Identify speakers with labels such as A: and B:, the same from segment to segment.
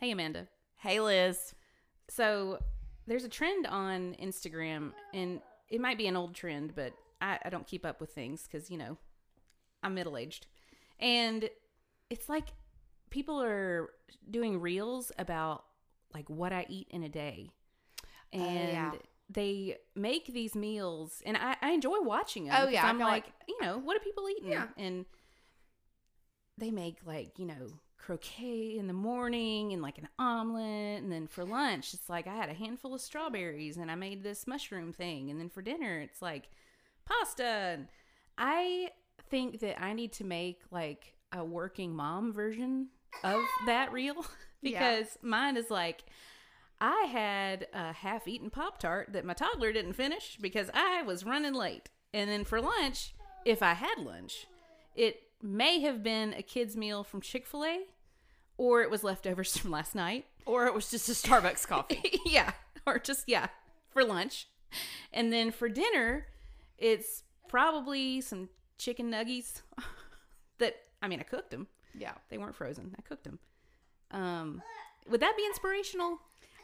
A: Hey, Amanda.
B: Hey, Liz.
A: So there's a trend on Instagram, and it might be an old trend, but I, I don't keep up with things because, you know, I'm middle aged. And it's like people are doing reels about like what I eat in a day. And
B: Oh, yeah.
A: they make these meals, and I, I enjoy watching them.
B: Oh,
A: 'cause
B: yeah, I
A: I'm
B: feel
A: like,
B: like-
A: you know, what are people eating?
B: Yeah.
A: And they make like, you know, croquet in the morning and like an omelet. And then for lunch, it's like I had a handful of strawberries and I made this mushroom thing. And then for dinner, it's like pasta. And I think that I need to make like a working mom version of that reel
B: Yeah.
A: because mine is like I had a half eaten Pop Tart that my toddler didn't finish because I was running late. And then for lunch, if I had lunch, it may have been a kid's meal from Chick fil A or it was leftovers from last night.
B: Or it was just a Starbucks coffee.
A: yeah. Or just, yeah, for lunch. And then for dinner, it's probably some chicken nuggies that, I mean, I cooked them.
B: yeah.
A: They weren't frozen. I cooked them. Um, would that be inspirational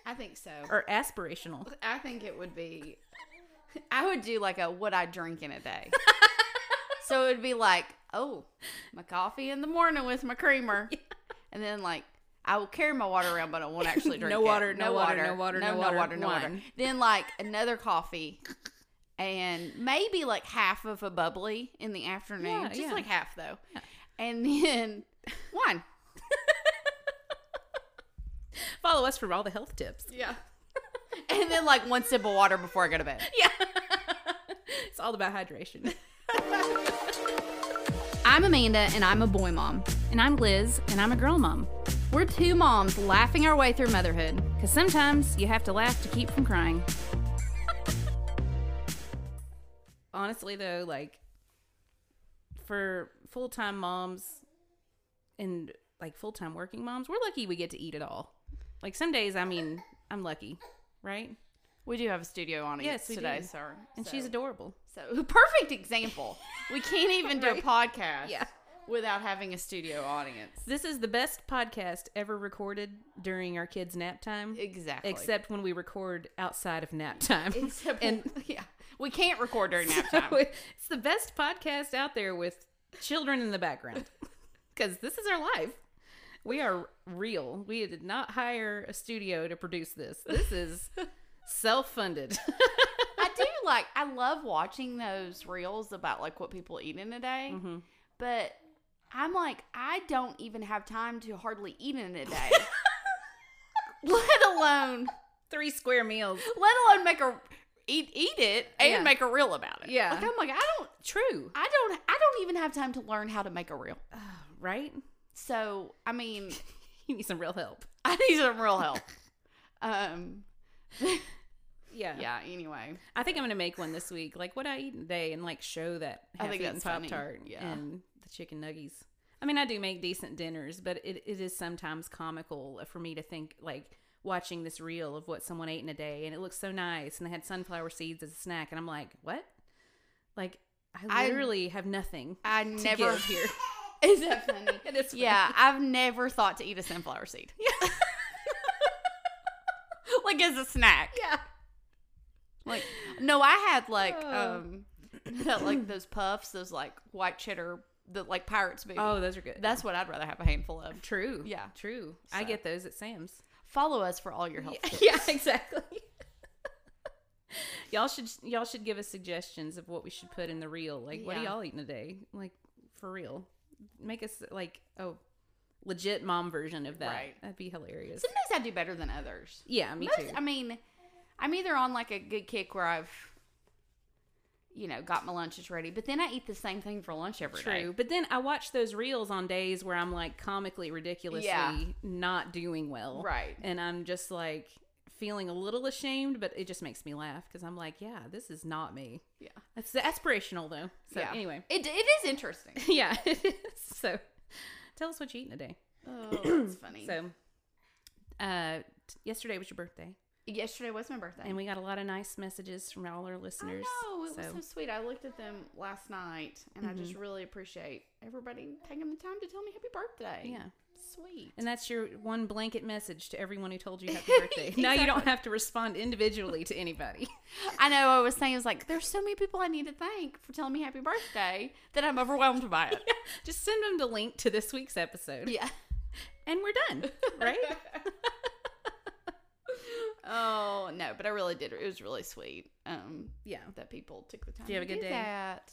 B: I think so.
A: or aspirational?
B: I think it would be. I would do like a what I drink in a day. so it would be like, oh, my coffee in the morning with my creamer, and then like I will carry my water around, but I won't actually drink
A: No
B: it.
A: water, no water, no water, no
B: no
A: water,
B: water, no water.
A: one.
B: Then like another coffee, and maybe like half of a bubbly in the afternoon,
A: Yeah,
B: just
A: yeah.
B: like half though, and then one.
A: Follow us for all the health tips.
B: Yeah. and then like one sip of water before I go to bed.
A: Yeah. it's all about hydration.
B: I'm Amanda, and I'm a boy mom.
A: And I'm Liz, and I'm a girl mom.
B: We're two moms laughing our way through motherhood.
A: Because sometimes you have to laugh to keep from crying. Honestly, though, like for full time moms and like full time working moms, we're lucky we get to eat it all. Like some days, I mean, I'm lucky, right?
B: We do have a studio audience
A: Yes, we
B: today,
A: do.
B: sir.
A: And
B: so,
A: she's adorable.
B: so perfect example. We can't even do a podcast
A: Yeah.
B: without having a studio audience.
A: This is the best podcast ever recorded during our kids' nap time.
B: Exactly.
A: except when we record outside of nap time.
B: except
A: and
B: and yeah, we can't record during nap time.
A: so it's the best podcast out there with children in the background because this is our life. We are real. We did not hire a studio to produce this. This is self-funded.
B: I do like. I love watching those reels about like what people eat in a day,
A: Mm-hmm.
B: but I'm like, I don't even have time to hardly eat in a day. Let alone
A: Three square meals.
B: let alone make a eat eat it and
A: Yeah.
B: make a reel about it.
A: Yeah.
B: Like I'm like, I don't
A: True,
B: I don't I don't even have time to learn how to make a reel.
A: right?
B: So I mean,
A: You need some real help.
B: I need some real help. Um
A: Yeah.
B: yeah, anyway.
A: I think I'm gonna make one this week, like what I eat today, and like show that
B: I think
A: half-eaten
B: that's funny.
A: pop tart
B: Yeah.
A: and the chicken nuggies. I mean, I do make decent dinners, but it, it is sometimes comical for me to think like watching this reel of what someone ate in a day, and it looks so nice, and they had sunflower seeds as a snack, and I'm like, what? Like I
B: I-
A: literally have nothing
B: I
A: to
B: never
A: give here.
B: Is that funny?
A: It is funny.
B: Yeah, I've never thought to eat a sunflower seed. like as a snack.
A: yeah,
B: Like no, I had like
A: Oh.
B: um like those puffs, those like white cheddar the like pirates movie.
A: Oh, those are good.
B: That's what I'd rather have a handful of.
A: true.
B: Yeah.
A: true. I
B: So.
A: get those at Sam's.
B: Follow us for all your health tips.
A: yeah, exactly. y'all should y'all should give us suggestions of what we should put in the reel. Like, what are
B: Yeah.
A: y'all eating today? Like, for real, make us like a legit mom version of that.
B: Right.
A: That'd be hilarious.
B: Sometimes I do better than others.
A: Yeah, me
B: Most,
A: too.
B: I mean, I'm either on like a good kick where I've, you know, got my lunches ready, but then I eat the same thing for lunch every day.
A: True, but then I watch those reels on days where I'm like comically ridiculously
B: Yeah.
A: not doing well,
B: Right.
A: And I'm just like feeling a little ashamed, but it just makes me laugh because I'm like, yeah, this is not me.
B: Yeah.
A: That's aspirational though. So
B: yeah.
A: anyway,
B: it, it is interesting.
A: yeah. it is. so tell us what you eat in a day.
B: Oh, that's funny. So
A: So uh t- yesterday was your birthday
B: yesterday was my birthday.
A: and we got a lot of nice messages from all our listeners.
B: Oh, it was
A: so Mm-hmm.
B: so sweet. I looked at them last night, and I just really appreciate everybody taking the time to tell me happy birthday.
A: yeah.
B: Sweet.
A: And that's your one blanket message to everyone who told you happy birthday. Now you don't have to respond individually to anybody.
B: I know I was saying, I was like, there's so many people I need to thank for telling me happy birthday that I'm overwhelmed by it.
A: Just send them the link to this week's episode.
B: Yeah.
A: And we're done, right?
B: Oh, no, but I really did. It was really sweet um,
A: yeah.
B: that people took the time
A: you have
B: to
A: a good
B: do
A: day?
B: that.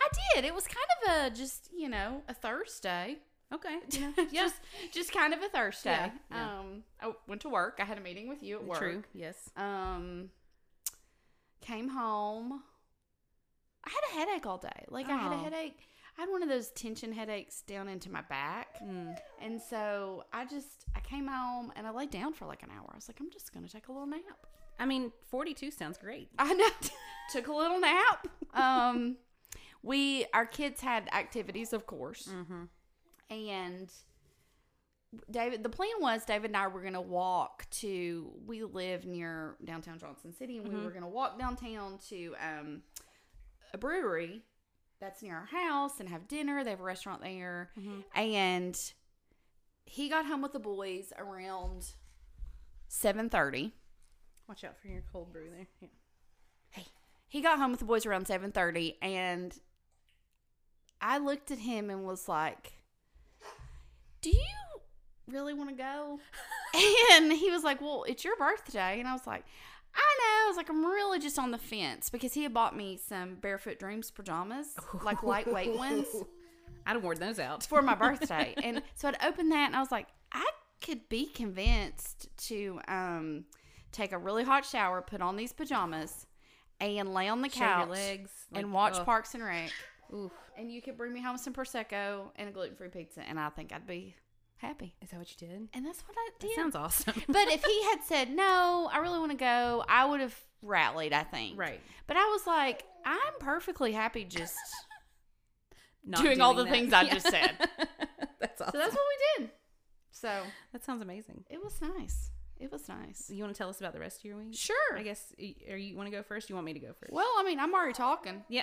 B: I did. It was kind of a just, you know, a Thursday.
A: Okay. Yeah.
B: just, just kind of a Thursday.
A: Yeah, yeah.
B: Um, I went to work. I had a meeting with you at work.
A: True. Yes.
B: um came home i had a headache all day like i had a
A: Oh.
B: headache i had one of those tension headaches down into my back
A: Mm.
B: and so i just i came home and i laid down for like an hour i was like i'm just gonna take a little nap
A: I mean, 42 sounds great.
B: i know took a little nap um we our kids had activities of course
A: Mm-hmm.
B: and David, the plan was David and I were going to walk to. We live near downtown Johnson City, and we were going to walk downtown to um, a brewery that's near our house and have dinner. They have a restaurant there, and he got home with the boys around seven thirty.
A: Watch out for your cold brew there. Yeah.
B: he got home with the boys around 7.30 and i looked at him and was like do you really want to go and he was like well it's your birthday and i was like i know i was like i'm really just on the fence because he had bought me some barefoot dreams pajamas like lightweight ones
A: I'd have worn those out.
B: for my birthday. and so I'd open that and I was like, I could be convinced to um, take a really hot shower, put on these pajamas, and lay on the
A: Shave your
B: couch
A: legs,
B: and
A: like,
B: watch
A: ugh.
B: Parks and Rec.
A: Oof.
B: And you could bring me home some Prosecco and a gluten free pizza, and I think I'd be happy.
A: Is that what you did?
B: And that's what I
A: That
B: did.
A: sounds awesome.
B: but if he had said, No, I really want to go, I would have rallied, I think.
A: right.
B: But I was like, I'm perfectly happy just
A: Not
B: doing, all the
A: that.
B: things I
A: Yeah.
B: just said.
A: that's awesome.
B: So that's what we did. So
A: that sounds amazing.
B: It was nice. It was nice.
A: You want to tell us about the rest of your week?
B: Sure.
A: I guess. Are you want to go first? You want me to go first?
B: Well, I mean, I'm already talking.
A: Yeah.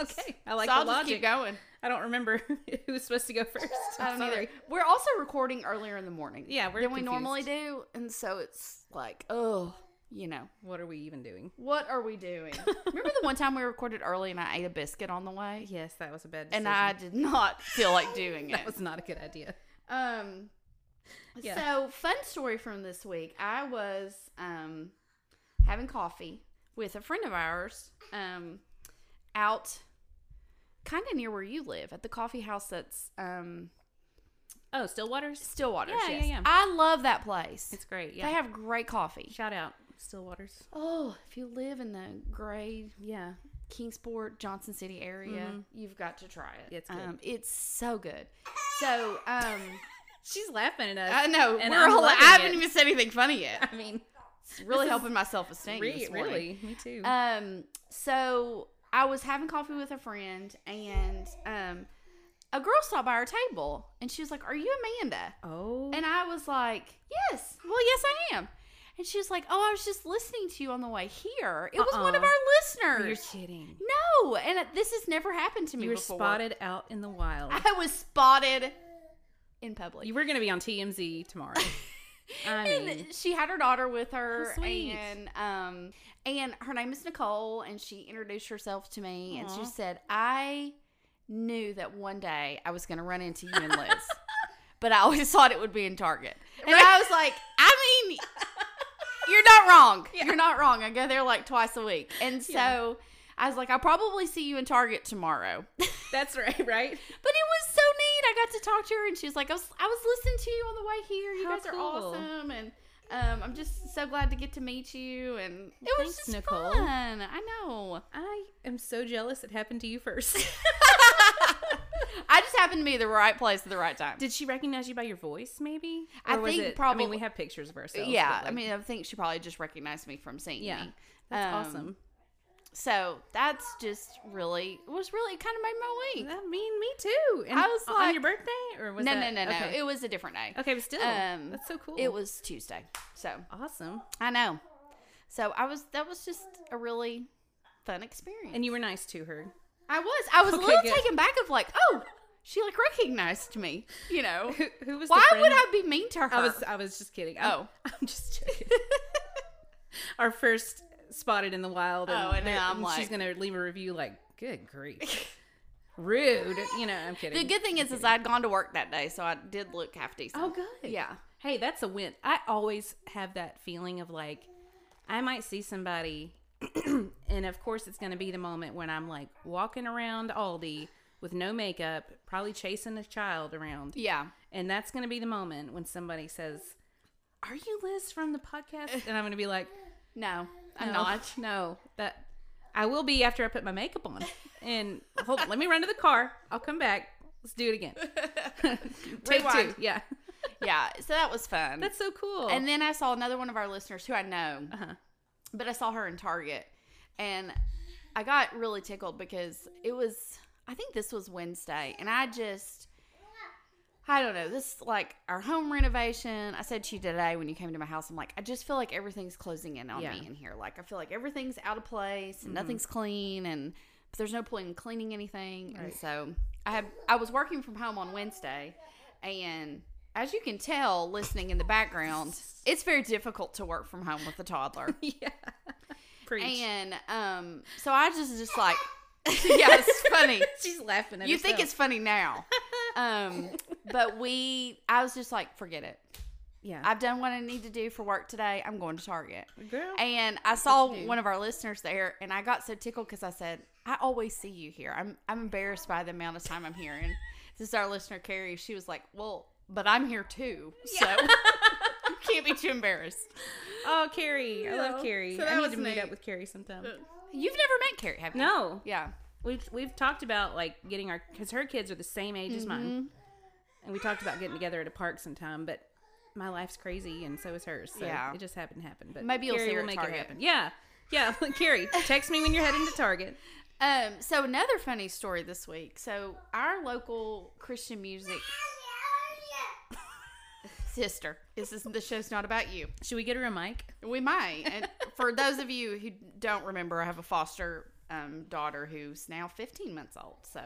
A: okay. I like
B: so I'll
A: the
B: just
A: logic.
B: keep going.
A: I don't remember who was supposed to go first.
B: I
A: I'm
B: don't either.
A: sorry.
B: We're also recording earlier in the morning.
A: Yeah, we're
B: than we
A: confused.
B: normally do, and so it's like, oh, you know,
A: What are we even doing?
B: what are we doing? Remember the one time we recorded early and I ate a biscuit on the way,
A: Yes, that was a bad decision.
B: and I did not feel like doing it.
A: that was not a good idea.
B: Um,
A: Yeah.
B: so fun story from this week. I was um having coffee with a friend of ours um out kind of near where you live at the coffee house that's um
A: Oh, Stillwaters.
B: Stillwater.
A: Yeah, yeah,
B: yes.
A: yeah.
B: I love that place.
A: It's great.
B: They
A: Yeah.
B: have great coffee.
A: Shout out Stillwaters.
B: Oh, if you live in the gray
A: Yeah.
B: Kingsport, Johnson City area,
A: Mhm.
B: you've got to try it.
A: Yeah, it's good.
B: Um, it's so good. So, um,
A: She's laughing at us.
B: I know
A: And
B: we're
A: I'm
B: all, I
A: loving
B: haven't
A: it.
B: even said anything funny yet.
A: I mean, This
B: really
A: is
B: helping my self esteem.
A: re- really, me too.
B: Um. So I was having coffee with a friend, and um, a girl stopped by our table, and she was like, "Are you Amanda?"
A: oh,
B: And I was like, "Yes. Well, yes, I am." And she was like, "Oh, I was just listening to you on the way here. It was one of
A: Uh-uh.
B: our
A: you're
B: listeners."
A: kidding.
B: no, and this has never happened to me
A: You were
B: before.
A: spotted out in the wild.
B: I was spotted in public.
A: You were going to be on TMZ tomorrow. I mean,
B: and she had her daughter with her
A: How sweet.
B: and um and her name is Nicole and she introduced herself to me and
A: Aw.
B: she said I knew that one day I was going to run into you and Liz but I always thought it would be in Target and I was like I mean you're not wrong you're not wrong I go there like twice a week and so
A: Yeah.
B: I was like I'll probably see you in Target tomorrow
A: that's right, right?
B: but it was so neat. I got to talk to her, and she was like, "I was, I was listening to you on the way here. You
A: How
B: guys
A: cool.
B: are awesome, and um, I'm just so glad to get to meet you." And it was
A: Thanks,
B: just
A: Nicole.
B: fun. I know.
A: I am so jealous it happened to you first.
B: I just happened to be the right place at the right time.
A: Did she recognize you by your voice, maybe?
B: I think
A: I mean,
B: probably-
A: we have pictures of ourselves.
B: yeah,
A: but,
B: I
A: like,
B: mean, I think she probably just recognized me from seeing
A: yeah.
B: me.
A: That's
B: Um,
A: awesome.
B: So that's just really it was really it kind of made my week.
A: That mean me too. And
B: I was
A: on
B: like-
A: your birthday or was
B: no,
A: that,
B: no, no, no.
A: Okay,
B: It was a different day.
A: okay but still,
B: um,
A: that's so cool.
B: It was Tuesday. So
A: awesome,
B: I know. So I was that was just a really fun experience.
A: and you were nice to her.
B: I was I was a
A: Okay,
B: little
A: good.
B: taken back of like, oh, she like recognized me, you know.
A: Who, who was? the
B: Why would
A: friend-
B: I be mean to her?
A: I was I was just kidding. I'm,
B: Um, Oh.
A: I'm just joking. Our first spotted in the wild.
B: Oh, and
A: there-
B: now I'm
A: she's
B: like-
A: gonna leave a review like, "Good grief, rude." You know, I'm kidding.
B: the good thing is, is I'd gone to work that day, so I did look half decent.
A: oh, good.
B: yeah.
A: Hey, that's a win. I always have that feeling of like, I might see somebody, and of course, it's gonna be the moment when I'm like walking around Aldi with no makeup, probably chasing a child around.
B: Yeah.
A: And that's going to be the moment when somebody says, Are you Liz from the podcast? And I'm going to be like,
B: No, I'm
A: no,
B: not.
A: No, that I will be after I put my makeup on. And hold, let me run to the car. I'll come back. Let's do it again. Take
B: Rewind.
A: two. Yeah.
B: Yeah. So that was fun.
A: That's so cool.
B: and then I saw another one of our listeners who I know,
A: Uh-huh.
B: but I saw her in Target, and I got really tickled because it was. I think this was Wednesday, and I just. I don't know. This like our home renovation. I said to you today when you came to my house, I'm like, I just feel like everything's closing in on
A: Yeah. Mm-hmm.
B: me in here. Like I feel like everything's out of place and nothing's clean and but there's no point in cleaning anything. And
A: Right.
B: so I had I was working from home on Wednesday and as you can tell listening in the background, it's very difficult to work from home with a toddler.
A: yeah. Preach.
B: and um so I just just like yeah, it's funny
A: She's laughing at
B: you think it's
A: herself.
B: funny now um but we i was just like forget it
A: yeah.
B: i've done what i need to do for work today i'm going to target
A: Girl.
B: and i saw
A: do.
B: one of our listeners there and i got so tickled because i said i always see you here i'm i'm embarrassed by the amount of time i'm here and this is our listener carrie she was like well but i'm here too so you can't be too embarrassed
A: oh, Carrie. I
B: Yeah.
A: love Carrie.
B: So
A: I
B: that
A: need
B: was
A: to meet
B: neat. Uh,
A: up with Carrie sometime.
B: you've never met carrie have you
A: No.
B: yeah
A: We've we've talked about like getting our because her kids are the same age as mine, and we talked about getting together at a park sometime. But my life's crazy, and so is hers. So
B: Yeah.
A: it just happened to happen. But
B: Maybe you'll see
A: Carrie
B: her
A: will
B: at
A: make
B: Target.
A: it happen. Yeah, yeah. Carrie, text me when you're heading to Target.
B: Um, so another funny story this week. So our local Christian music sister. This is the show's not about you.
A: Should we get her a mic?
B: We might. And for those of you who don't remember, I have a foster um, daughter who's now 15 months old. So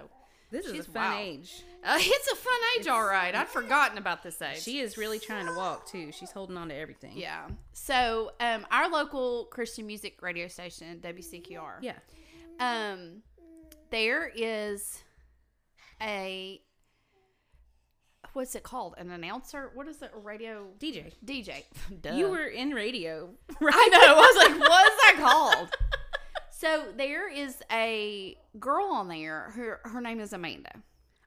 A: This is
B: She's
A: a fun
B: wild.
A: age.
B: uh, it's a fun age, all right. I'd forgotten about this age.
A: She is really trying to walk too. She's holding on to everything.
B: yeah. So um, our local Christian music radio station, WCQR.
A: yeah.
B: um there is a what's it called an announcer what is it a radio
A: DJ,
B: dj Duh.
A: you were in radio,
B: i
A: right?
B: know i was like what is that called so there is a girl on there her her name is amanda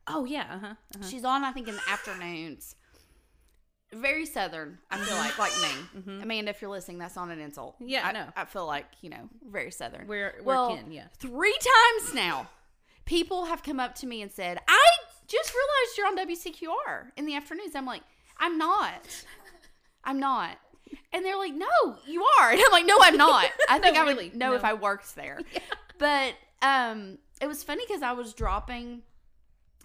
A: Oh yeah. Uh huh. Uh-huh.
B: she's on i think in the afternoons very southern i feel like like me amanda if you're listening that's not an insult
A: Mm-hmm. Yeah,
B: i
A: no.
B: i feel like you know very southern
A: We're we're
B: Well,
A: kin. Yeah.
B: three times now people have come up to me and said i just realized you're on wcqr in the afternoons i'm like i'm not i'm not and they're like no you are and i'm like no i'm not i think i would
A: really,
B: know
A: no.
B: if i worked there but um it was funny because i was dropping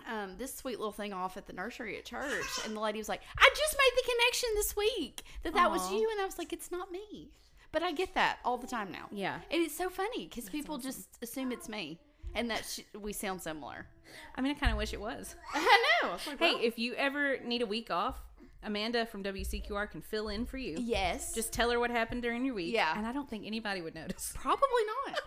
B: um, this sweet little thing off at the nursery at church, and the lady was like, "I just made the connection this week that that was
A: Aw.
B: you," and I was like, "It's not me," but I get that all the time now.
A: Yeah.
B: And it's so funny because people just assume it's me and that sh- we sound similar.
A: I mean, I kind of wish it was.
B: I know.
A: Hey, if you ever need a week off, Amanda from WCQR can fill in for you.
B: yes. Just
A: Just tell her what happened during your week.
B: Yeah.
A: And I don't think anybody would notice.
B: probably not.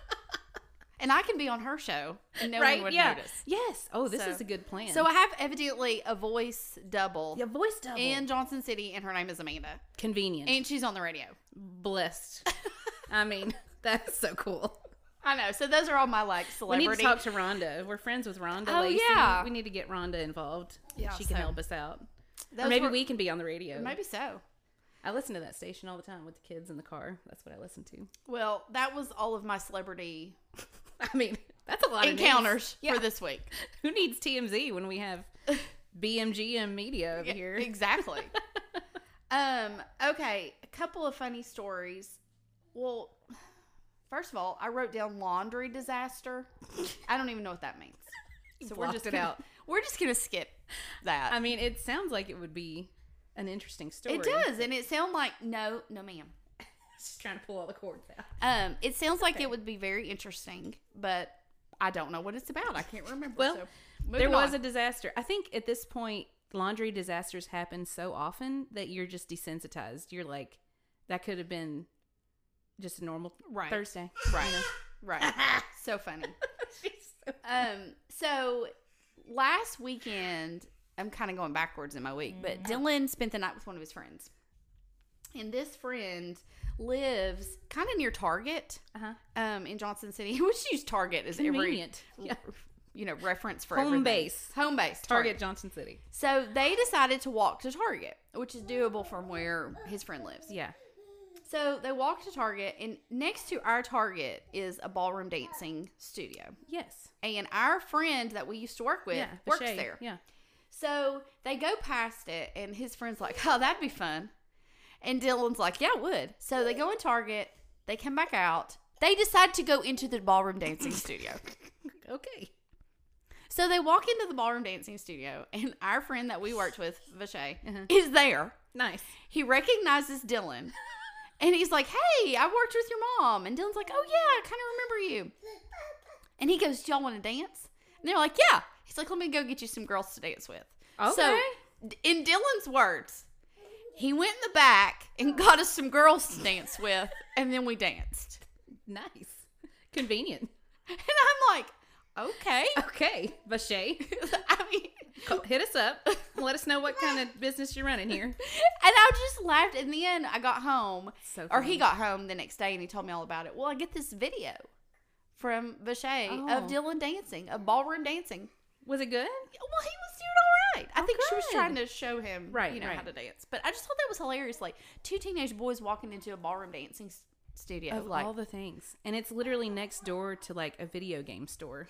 B: and I can be on her show and no one would
A: yeah.
B: notice.
A: Yes. Oh, this
B: So-
A: is a good plan.
B: So I have evidently a voice double
A: your voice double.
B: in Johnson City, and her name is Amanda,
A: convenient.
B: and she's on the radio.
A: blessed. I mean, that's so cool.
B: I know. So those are all my like
A: We
B: celebrity.
A: need to talk to Rhonda. We're friends with Rhonda.
B: Oh,
A: Lacey.
B: yeah.
A: We need to get Rhonda involved.
B: Yeah,
A: She can
B: so-
A: help us out.
B: Those
A: or maybe
B: were-
A: we can be on the radio.
B: Maybe so.
A: I listen to that station all the time with the kids in the car. That's what I listen to.
B: Well, that was all of my celebrity
A: I mean, that's a lot of names.
B: encounters
A: Yeah.
B: for this week.
A: Who needs TMZ when we have BMGM Media over
B: Yeah,
A: here?
B: Exactly. um, okay, a couple of funny stories. Well, first of all, I wrote down laundry disaster. I don't even know what that means. So we're
A: blocked
B: just
A: it
B: gonna,
A: out.
B: We're just gonna skip that.
A: I mean, it sounds like it would be an interesting story.
B: it does, and it sounds like no, no, ma'am.
A: She's trying to pull all the cords out.
B: Um, it sounds like it would be very interesting, but I don't know what it's about. I can't remember.
A: Well,
B: so,
A: there
B: moving
A: was
B: on.
A: a disaster. I think at this point, laundry disasters happen so often that you're just desensitized. You're like, that could have been just a normal
B: Right.
A: Thursday.
B: right, right. so funny. Um, so last weekend, I'm kind of going backwards in my week, but
A: Mm-hmm.
B: Dylan spent the night with one of his friends, and this friend lives kind of near Target,
A: Uh-huh.
B: um, in Johnson City. we should use Target as every
A: Convenient. Yeah.
B: you know reference for
A: Home
B: everything.
A: base.
B: home base
A: Target Johnson City.
B: So they decided to walk to Target, which is doable from where his friend lives.
A: Yeah.
B: So they walked to Target, and next to our Target is a ballroom dancing studio.
A: Yes.
B: And our friend that we used to work with
A: yeah.
B: works
A: Vache.
B: there.
A: Yeah.
B: So they go past it, and his friend's like, Oh, that'd be fun. And Dylan's like, Yeah, it would. So they go in Target, they come back out, they decide to go into the ballroom dancing studio.
A: Okay.
B: So they walk into the ballroom dancing studio, and our friend that we worked with, Vache,
A: Uh-huh.
B: is there.
A: Nice.
B: He recognizes Dylan. And he's like, hey, I worked with your mom. And Dylan's like, oh, yeah, I kind of remember you. And he goes, do y'all want to dance? And they're like, yeah. He's like, let me go get you some girls to dance with.
A: Okay.
B: So, in Dylan's words, he went in the back and got us some girls to dance with. And then we danced.
A: Nice. Convenient.
B: And I'm like, okay.
A: Okay. Vache.
B: I mean,
A: Call- hit us up. Let us know what kind of business you're running here.
B: And I just laughed. In the end, I got home,
A: So
B: or he
A: funny.
B: got home the next day, and he told me all about it. Well, I get this video from Vache
A: Oh.
B: of Dylan dancing, of ballroom dancing.
A: Was it good?
B: Well, he was doing all right. I think she was
A: good.
B: trying to show him,
A: Right,
B: you know, how
A: right.
B: to dance. But I just thought that was hilarious. Like two teenage boys walking into a ballroom dancing s- studio.
A: Of
B: like,
A: all the things. And it's literally next door to like a video game store.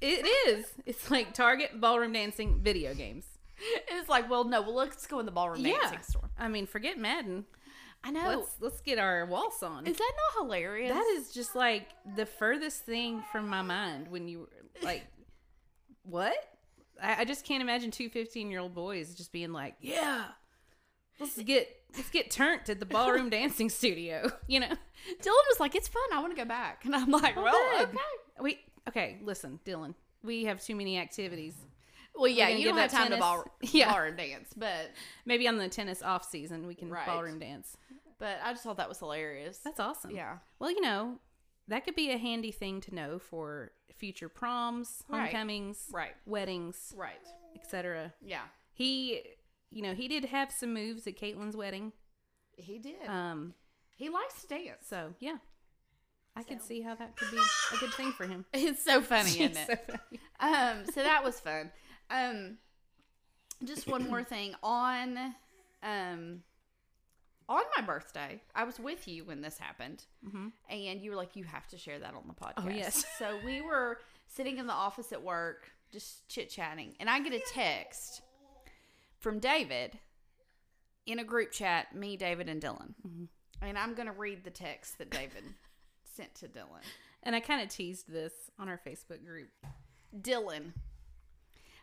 A: It is. It's like Target, ballroom dancing, video games.
B: it's like, well, no, well, let's go in the ballroom dancing store.
A: I mean, forget Madden.
B: I know.
A: Let's let's get our waltz on.
B: is that not hilarious?
A: That is just like the furthest thing from my mind when you were like, what? I, I just can't imagine two 15 year old boys just being like, yeah, let's get let's get turned at the ballroom dancing studio. You know,
B: Dylan was like, it's fun. I want to go back, and I'm like, well,
A: good.
B: okay.
A: we okay. Listen, Dylan, we have too many activities.
B: Well, yeah,
A: gonna
B: you
A: give
B: don't have
A: that
B: time to
A: tennis-
B: ball,
A: Yeah.
B: ballroom dance, but
A: Maybe on the tennis off season, we can
B: Right.
A: ballroom dance.
B: But I just thought that was hilarious.
A: That's awesome.
B: yeah.
A: Well, you know, that could be a handy thing to know for future proms,
B: Right.
A: homecomings,
B: Right.
A: weddings,
B: Right.
A: etc.
B: Yeah.
A: He, you know, he did have some moves at Caitlin's wedding.
B: He did.
A: Um,
B: he likes to dance.
A: so yeah, I could see how that could be a good thing for him.
B: It's so funny, isn't
A: It's
B: it?
A: so funny.
B: um, so that was fun. Um, just one more thing on, um, on my birthday, I was with you when this happened, and you were like, "You have to share that on the podcast."
A: yes.
B: So we were sitting in the office at work, just chit chatting, and I get a text from David in a group chat. Me, David, and Dylan, and I'm going to read the text that David sent to Dylan.
A: And I kind of teased this on our Facebook group.
B: Dylan.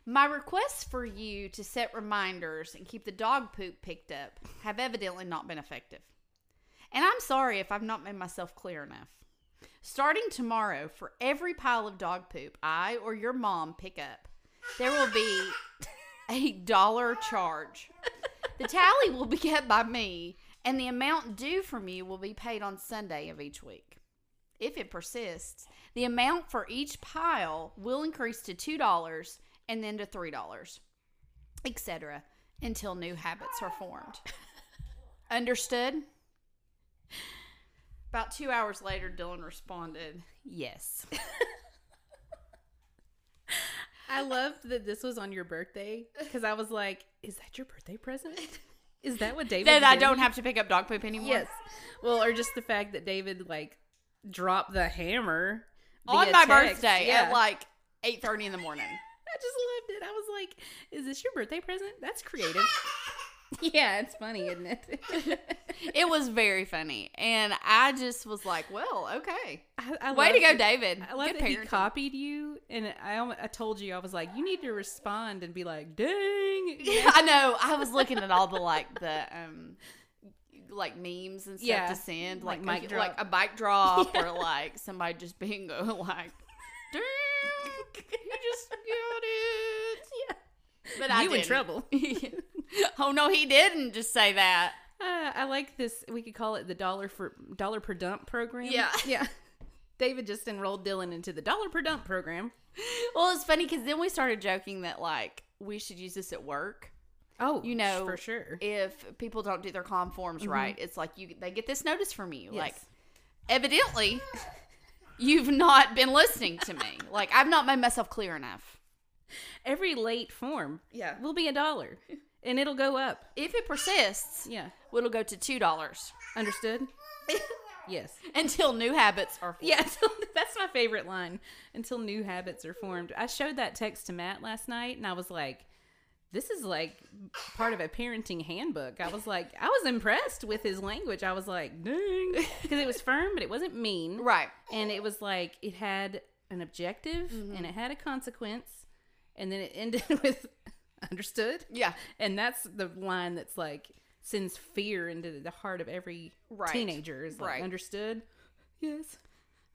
B: My requests for you to set reminders and keep the dog poop picked up have evidently not been effective. And I'm sorry if I've not made myself clear enough. Starting tomorrow, for every pile of dog poop I or your mom pick up, there will be a dollar charge. The tally will be kept by me, and the amount due from you will be paid on Sunday of each week. If it persists, the amount for each pile will increase to $2 and then to $3, etc., until new habits are formed. Understood? About two hours later, Dylan responded, Yes.
A: I loved that this was on your birthday because I was like, "Is that your birthday present? Is that what David?"
B: Then I
A: did?
B: don't have to pick up dog poop anymore.
A: Yes. Well, or just the fact that David like dropped the hammer
B: On
A: via
B: my
A: text.
B: birthday
A: Yeah.
B: at like 8.30 in the morning.
A: I just loved it. I was like, "Is this your birthday present? That's creative." yeah, it's funny, isn't it?
B: It was very funny. And I just was like, well, okay.
A: I, I
B: Way
A: love
B: to go,
A: that-
B: David.
A: I love
B: Good
A: that he
B: parenting.
A: copied you, and I almo- I told you I was like, you need to respond and be like, "Dang."
B: Yeah, I know. I was looking at all the like the um like memes and stuff
A: Yeah.
B: to send,
A: Like
B: like
A: mic drop.
B: like, a bike drop or like somebody just being uh, like Dang, you just got it.
A: Yeah.
B: But I
A: you in
B: didn't.
A: trouble.
B: oh no, he didn't just say that.
A: Uh, I like this. We could call it the dollar for dollar per dump program.
B: Yeah.
A: yeah. David just enrolled Dylan into the dollar per dump program.
B: Well, it's funny because then we started joking that like we should use this at work.
A: Oh,
B: You know,
A: for sure.
B: If people don't do their com forms right, it's like you they get this notice from you. Like
A: Yes.
B: evidently, you've not been listening to me. like I've not made myself clear enough.
A: every late form
B: Yeah.
A: will be a dollar, and it'll go up.
B: If it persists,
A: Yeah,
B: it'll go to two dollars
A: understood. yes.
B: until new habits are formed.
A: Yeah, until, that's my favorite line. Until new habits are formed. I showed that text to Matt last night and I was like, this is like part of a parenting handbook. I was like, I was impressed with his language. I was like, dang. Because it was firm, but it wasn't mean.
B: Right.
A: And it was like, it had an objective and it had a consequence. And then it ended with, understood.
B: Yeah.
A: And that's the line that's like sends fear into the heart of every
B: Right.
A: teenager. Is like
B: Right.
A: understood. Yes.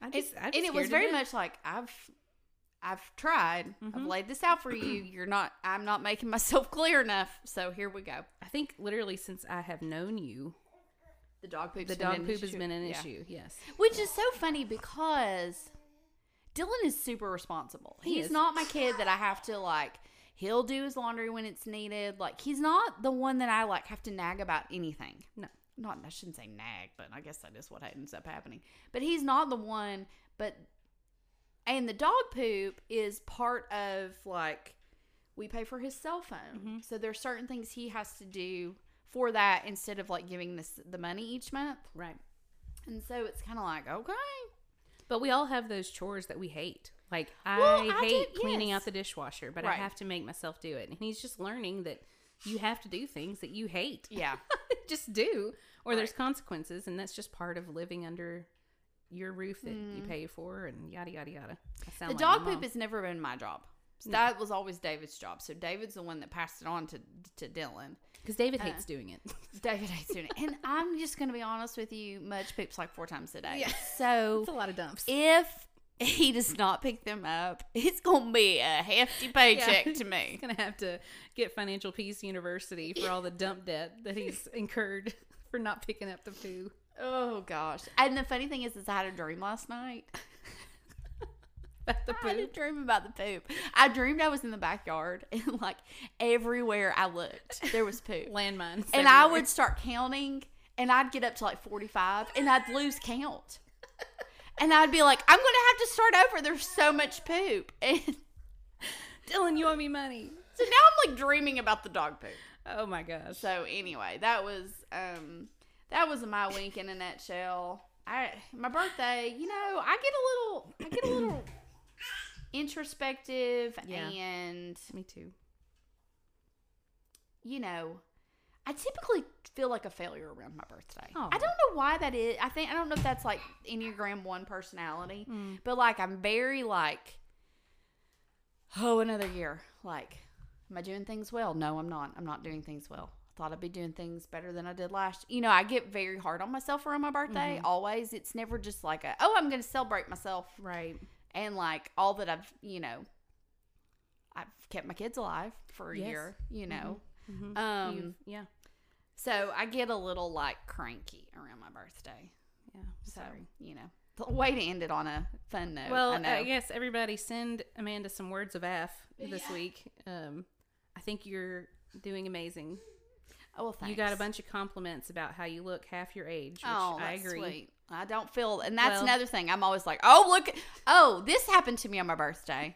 A: I
B: It's,
A: just, I'm
B: and it was
A: scared to death.
B: very
A: Mm-hmm.
B: much like I've I've tried. I've laid this out for you. You're not I'm not making myself clear enough. So here we go.
A: I think literally since I have known you,
B: The dog poop
A: the dog poop has been an issue. Yes.
B: Which is so funny because Dylan is super responsible.
A: He
B: he's
A: is.
B: not my kid that I have to like he'll do his laundry when it's needed. Like he's not the one that I like have to nag about anything.
A: No.
B: Not I shouldn't say nag, but I guess that is what ends up happening. But he's not the one but and the dog poop is part of like we pay for his cell phone.
A: Mm-hmm.
B: So there's certain things he has to do for that instead of like giving this the money each month.
A: Right.
B: And so it's kind of like, okay.
A: But we all have those chores that we hate. Like I,
B: Well, I
A: hate
B: do-
A: cleaning
B: yes.
A: out the dishwasher, but I
B: Right.
A: have to make myself do it. And he's just learning that you have to do things that you hate.
B: Yeah.
A: just do or there's consequences and that's just part of living under your roof that you pay for and yada yada yada. I
B: Mm. the
A: sound like my
B: dog poop
A: mom.
B: has never been my job. That was always David's job. So David's the one that passed it on to to Dylan.
A: cuz David hates doing it.
B: David hates doing it. And I'm just going to be honest with you, Mudge poops like four times a day. So
A: it's a lot of dumps.
B: if he does not pick them up, it's going to be a hefty paycheck to me.
A: He's gonna have to get Financial Peace University for all the dump debt that he's incurred for not picking up the poo.
B: Oh gosh. And the funny thing is is I had a dream last night.
A: About the
B: I had a
A: poo.
B: dream about the poop. I dreamed I was in the backyard and like everywhere I looked, there was poop.
A: Landmines.
B: and I
A: everywhere.
B: would start counting, and I'd get up to like 45, and I'd lose count. And I'd be like, I'm going to have to start over. There's so much poop. And so
A: Dylan, you owe me money.
B: now I'm like dreaming about the dog poop.
A: Oh my gosh.
B: So anyway, that was um that was my week in a nutshell. I my birthday, you know, I get a little I get a little introspective
A: Yeah.
B: and
A: Me too.
B: you know, I typically feel like a failure around my birthday.
A: Aw.
B: I don't know why that is. I think I don't know if that's like Enneagram One personality, but like I'm very like, oh, another year. Like, am I doing things well? No, I'm not. I'm not doing things well. I thought I'd be doing things better than I did last. You know, I get very hard on myself around my birthday. Always, it's never just like a oh, I'm going to celebrate myself
A: Right.
B: and like all that I've, you know, I've kept my kids alive for a
A: Yes.
B: year, you know.
A: Mhm.
B: Um,
A: You've- yeah.
B: so I get a little like cranky around my birthday.
A: Yeah.
B: So,
A: Sorry.
B: you know, the way to end it on a fun note.
A: Well, uh,
B: I
A: I,
B: know.
A: guess everybody send Amanda some words of F this
B: Yeah.
A: week. Um, I think you're doing amazing.
B: oh, well, thanks.
A: You got a bunch of compliments about how you look half your age, which
B: Oh,
A: I
B: that's
A: agree.
B: sweet. I don't feel, and that's
A: Well-
B: another thing. I'm always like, oh, look, oh, this happened to me on my birthday.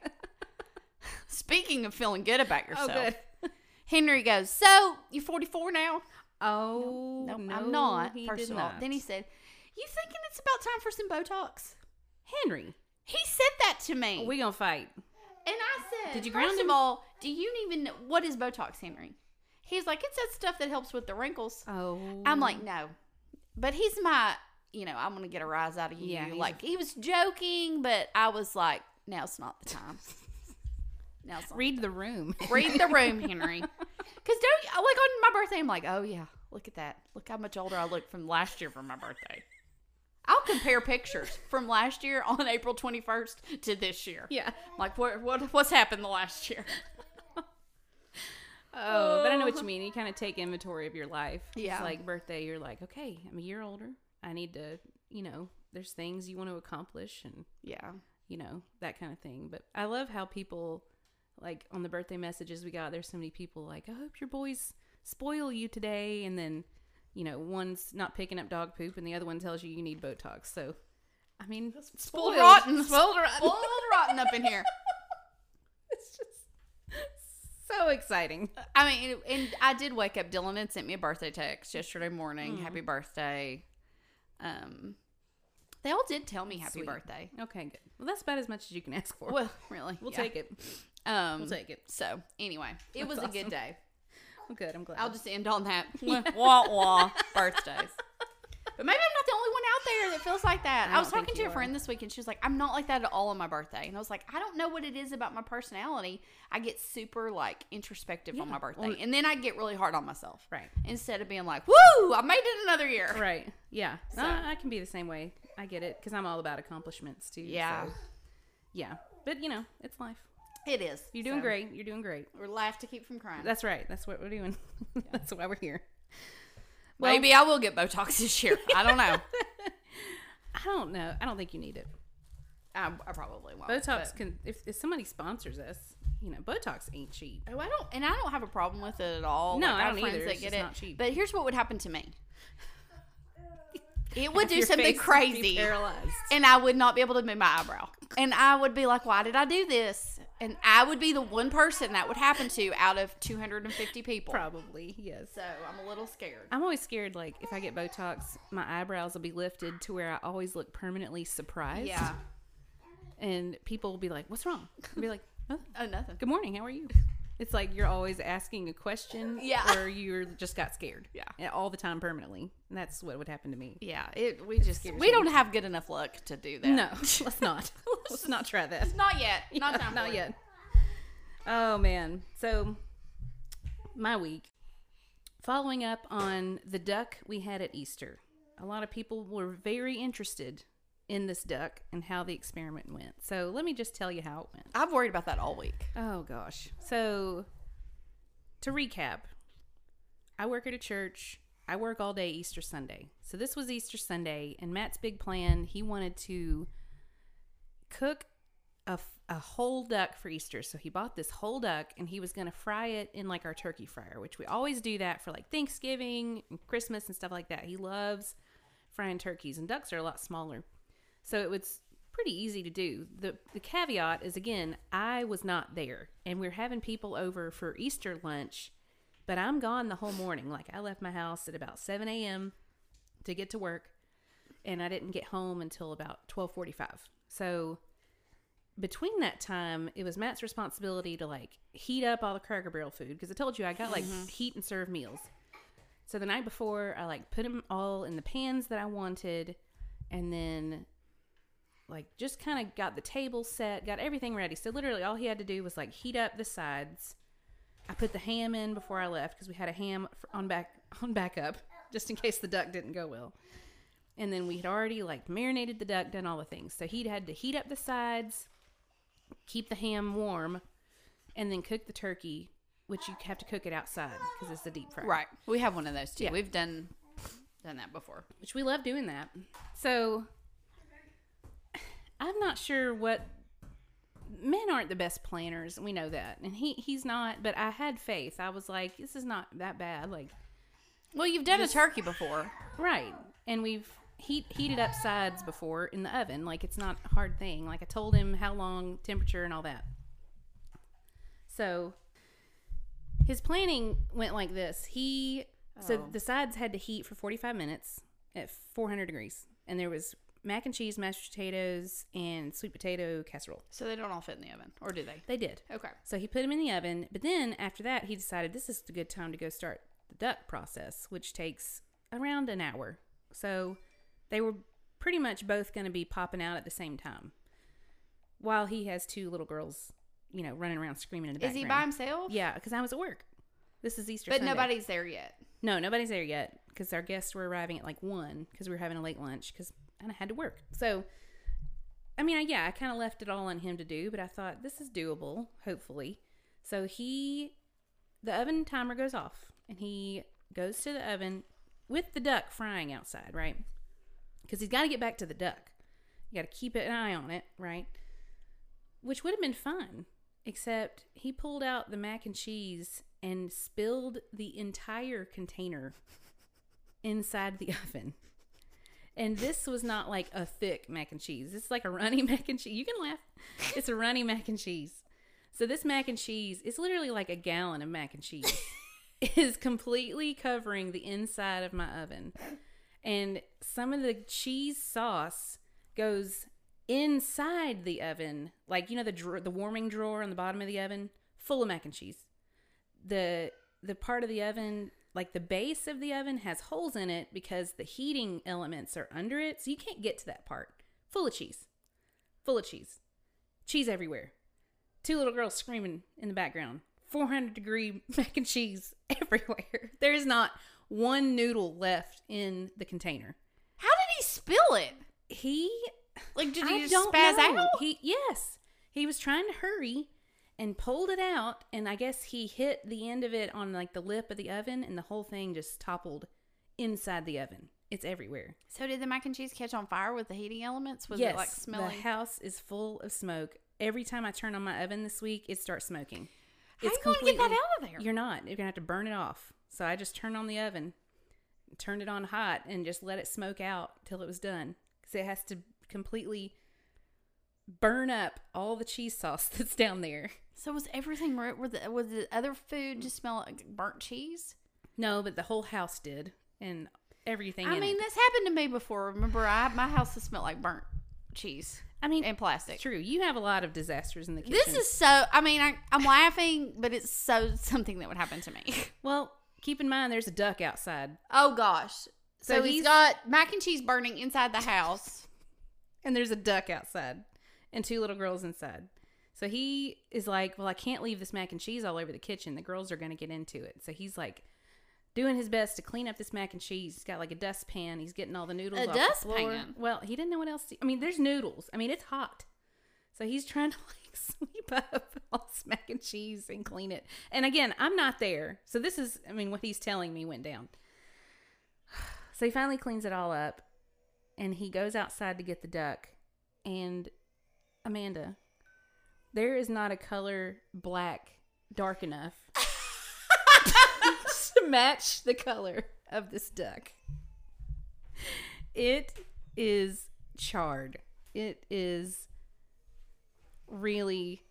B: Speaking of feeling good about
A: Oh,
B: yourself,
A: good.
B: Henry goes, so you're 44 now?
A: Oh,
B: Nope,
A: no,
B: I'm not.
A: He
B: first
A: did
B: of all,
A: not.
B: then he said, you thinking it's about time for some Botox?
A: Henry,
B: He said that to me.
A: we gonna fight?
B: And I said,
A: Did you
B: first
A: ground
B: of
A: him?
B: all, do you even know what is Botox, Henry? He's like, it's that stuff that helps with the wrinkles.
A: Oh,
B: I'm like, no. But he's my, you know, I'm going to get a rise out of you.
A: Yeah, he's a-
B: like, he was joking, but I was like, now's not the time. now's not.
A: read the room.
B: Read the room, Henry. Because don't, you- like, on my birthday, I'm like, oh, yeah, look at that. Look how much older I look from last year for my birthday. I'll compare pictures from last year on April 21st to this year.
A: Yeah.
B: Like what what what's happened the last year?
A: Oh, but I know what you mean. You kind of take inventory of your life.
B: Yeah.
A: It's like birthday, you're like, okay, I'm a year older. I need to, you know, there's things you want to accomplish and,
B: Yeah.
A: you know, that kind of thing. But I love how people, like, on the birthday messages we got, there's so many people like, I hope your boys spoil you today. And then, you know, one's not picking up dog poop and the other one tells you you need Botox. So, I mean, spoiled.
B: rotten.
A: Spoiled rotten.
B: Old rotten up in here.
A: It's just so exciting.
B: I mean, and, and I did wake up. Dylan had sent me a birthday text yesterday morning.
A: Mm-hmm.
B: Happy birthday. Um, they all did tell me happy
A: Sweet.
B: birthday.
A: Okay, good. Well, that's about as much as you can ask for.
B: Well, really,
A: We'll
B: yeah.
A: take it.
B: Um,
A: We'll take it.
B: So anyway, it
A: That's
B: was a
A: awesome.
B: good day.
A: Well, good. I'm glad.
B: I'll just end on that. wah wah birthdays. But maybe I'm not the only one out there that feels like that.
A: I
B: I, was
A: don't think
B: talking to
A: you
B: a friend
A: are.
B: this week and she was like, I'm not like that at all on my birthday. And I was like, I don't know what it is about my personality. I get super like introspective on
A: Yeah.
B: my birthday.
A: Well-
B: and then I get really hard on myself.
A: right.
B: Instead of being like, Woo, I made it another year.
A: Right. Yeah.
B: So-
A: I, I can be the same way. I get it because I'm all about accomplishments too.
B: Yeah.
A: so, Yeah. But you know, it's life.
B: It is.
A: You're doing
B: So,
A: great. You're doing great.
B: We're laugh to keep from crying.
A: That's right. That's what we're doing. That's why we're here. well-
B: Maybe I will get Botox this year. I don't know.
A: I don't know. I don't think you need it.
B: I, I probably won't.
A: Botox
B: but-
A: can. If, if somebody sponsors us, you know, Botox ain't cheap.
B: Oh, I don't, and I don't have a problem with it at all.
A: No,
B: Like,
A: I
B: have
A: don't
B: friends
A: either.
B: That
A: It's
B: get
A: just
B: it.
A: not cheap.
B: But here's what would happen to me. It would do
A: Your
B: something
A: face would be
B: crazy,
A: paralyzed.
B: and I would not be able to move my eyebrow, and I would be like, "Why did I do this?" And I would be the one person that would happen to out of 250 people.
A: Probably yes.
B: So I'm a little scared.
A: I'm always scared. Like if I get Botox, my eyebrows will be lifted to where I always look permanently surprised.
B: Yeah.
A: And people will be like, "What's wrong?" I'll be like, "Nothing."
B: Oh, nothing.
A: good morning how are you it's like you're always asking a question
B: Yeah.
A: or you are just got scared
B: Yeah.
A: And all the time permanently and that's what would happen to me
B: Yeah. It. We just.
A: scares
B: We
A: me.
B: don't have good enough luck to do that.
A: no let's not let's not try that
B: Not yet. Not time.
A: not
B: for it.
A: yet oh man so my week following up on the duck we had at easter a lot of people were very interested in this duck and how the experiment went so let me just tell you how it went
B: I've worried about that all week.
A: Oh gosh. So to recap, I work at a church. I work all day Easter Sunday. So this was Easter Sunday and Matt's big plan, he wanted to cook a, f- a whole duck for Easter. So he bought this whole duck and he was going to fry it in like our turkey fryer, which we always do that for like Thanksgiving and Christmas and stuff like that. He loves frying turkeys and ducks are a lot smaller. So it was pretty easy to do. The the caveat is again, I was not there and we're having people over for Easter lunch, but I'm gone the whole morning. Like I left my house at about seven AM to get to work and I didn't get home until about twelve forty five. So between that time, it was Matt's responsibility to like heat up all the Cracker Barrel food because I told you I got like heat and serve meals. So the night before, I like put them all in the pans that I wanted, and then like just kind of got the table set, got everything ready. So literally, all he had to do was like heat up the sides. I put the ham in before I left because we had a ham f- on back on backup just in case the duck didn't go well. And then we had already like marinated the duck, done all the things. So he'd had to heat up the sides, keep the ham warm, and then cook the turkey, which you have to cook it outside because it's the deep fryer.
B: Right. We have one of those too.
A: Yeah.
B: We've done done that before.
A: which we love doing that. So I'm not sure what men aren't the best planners. We know that, and he he's not. But I had faith. I was like, this is not that bad. Like
B: Well, you've done a turkey before.
A: right, and we've heat heated up sides before in the oven. Like it's not a hard thing. Like I told him how long, temperature, and all that. So his planning went like this. He so
B: Oh.
A: the sides had to heat for 45 minutes at 400 degrees, and there was mac and cheese, mashed potatoes, and sweet potato casserole.
B: So they don't all fit in the oven, or do they?
A: They did.
B: Okay.
A: So he put them in the oven, but then after that, he decided this is a good time to go start the duck process, which takes around an hour. So they were pretty much both going to be popping out at the same time, while he has two little girls, you know, running around screaming in the
B: Is
A: background.
B: he by himself?
A: Yeah, because I was at work. This is Easter.
B: But
A: Sunday.
B: nobody's there yet.
A: No, nobody's there yet because our guests were arriving at like one because we were having a late lunch because and I had to work. So, I mean, I, yeah, I kind of left it all on him to do, but I thought this is doable, hopefully. So he, the oven timer goes off, and he goes to the oven with the duck frying outside, right? Because he's got to get back to the duck. You got to keep an eye on it, right? Which would have been fun, except he pulled out the mac and cheese and spilled the entire container inside the oven. And this was not like a thick mac and cheese. It's like a runny mac and cheese. You can laugh. It's a runny mac and cheese. So this mac and cheese is literally like a gallon of mac and cheese. It is completely covering the inside of my oven. And some of the cheese sauce goes inside the oven, like you know the dra- the warming drawer on the bottom of the oven, full of mac and cheese. The the part of the oven, like the base of the oven has holes in it because the heating elements are under it, so you can't get to that part. Full of cheese. Full of cheese. Cheese everywhere. Two little girls screaming in the background. 400 degree mac and cheese everywhere. There is not one noodle left in the container.
B: How did he spill it?
A: He
B: Like, did
A: I
B: he just
A: don't
B: spaz
A: know.
B: out?
A: He yes, he was trying to hurry and pulled it out, and I guess he hit the end of it on like the lip of the oven, and the whole thing just toppled inside the oven. It's everywhere.
B: so did the mac and cheese catch on fire with the heating elements? Was
A: yes,
B: it like smelling?
A: the house is full of smoke. Every time I turn on my oven this week, it starts smoking.
B: How you gonna get that
A: completely-
B: out of there?
A: You're not. You're gonna have to burn it off. So I just turned on the oven, turned it on hot, and just let it smoke out till it was done because it has to completely burn up all the cheese sauce that's down there.
B: so was everything? ro- Were the was the other food just smell like burnt cheese?
A: No, but the whole house did, and everything.
B: I
A: in
B: mean,
A: it.
B: this happened to me before. Remember, I my house has smelled like burnt cheese
A: I mean,
B: and
A: it's
B: plastic.
A: true. You have a lot of disasters in the kitchen.
B: This is so. I mean, I, I'm laughing, but it's so something that would happen to me.
A: well. Keep in mind, there's a duck outside,
B: Oh gosh. So,
A: So
B: he's
A: he's-
B: got mac and cheese burning inside the house.
A: and there's a duck outside, and two little girls inside. So he is like, Well, I can't leave this mac and cheese all over the kitchen. The girls are going to get into it. So he's like doing his best to clean up this mac and cheese. He's got like a dustpan. He's getting all the noodles
B: A
A: off the floor.
B: dustpan?
A: Well, he didn't know what else to. I mean, there's noodles. I mean, it's hot. So he's trying to like sweep up all this mac and cheese and clean it. And again, I'm not there. So this is, I mean, what he's telling me went down. So he finally cleans it all up and he goes outside to get the duck. And Amanda, there is not a color black dark enough to match the color of this duck. It is charred. It is really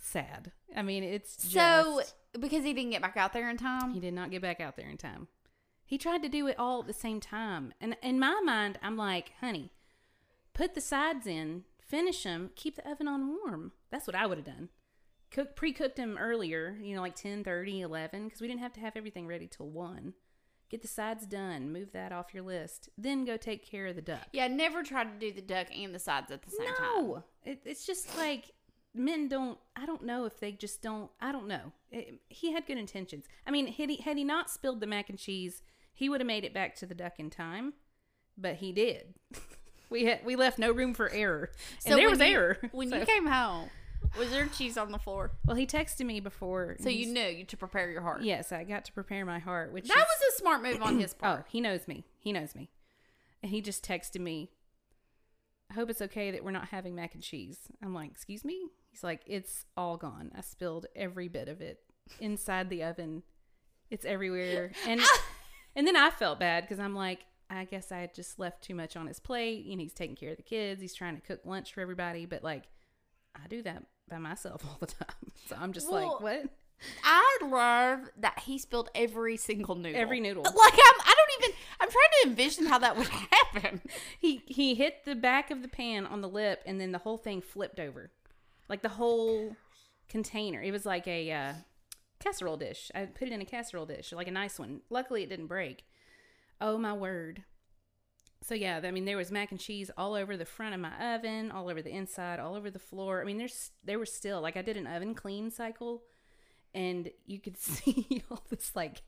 A: sad. I mean, it's just
B: So because he didn't get back out there in time.
A: he did not get back out there in time. He tried to do it all at the same time. And in my mind, I'm like, honey, put the sides in, finish them, keep the oven on warm. That's what I would have done. Cook pre-cooked them earlier, you know, like 10, 30, 11, because we didn't have to have everything ready till 1. Get the sides done, move that off your list, then go take care of the duck.
B: Yeah, never try to do the duck and the sides at the same time.
A: No, it, it's just like men don't. I don't know if they just don't. I don't know. It- he had good intentions. I mean, had he had he not spilled the mac and cheese, he would have made it back to the duck in time. But he did. we had we left no room for error, and there
B: when
A: was
B: you-
A: error.
B: When
A: So-
B: you came home, was there cheese on the floor?
A: well, he texted me before.
B: So you
A: he's-
B: knew you to prepare your heart.
A: Yes, I got to prepare my heart, which
B: That
A: is-
B: was a smart move on his part.
A: Oh, he knows me. He knows me. And he just texted me, I hope it's okay that we're not having mac and cheese. I'm like, excuse me? He's like, it's all gone. I spilled every bit of it inside the oven. It's everywhere. And and then I felt bad because I'm like, I guess I had just left too much on his plate. You know, he's taking care of the kids. He's trying to cook lunch for everybody. But like, I do that by myself all the time. So I'm just
B: Well,
A: like, what?
B: I love that he spilled every single noodle.
A: Every noodle.
B: Like I'm, I don't even. I'm trying to envision how that would happen.
A: he he hit the back of the pan on the lip and then the whole thing flipped over like the whole container it was like a uh, casserole dish i put it in a casserole dish like a nice one luckily it didn't break oh my word so yeah i mean there was mac and cheese all over the front of my oven all over the inside all over the floor i mean there's there were still like i did an oven clean cycle and you could see all this like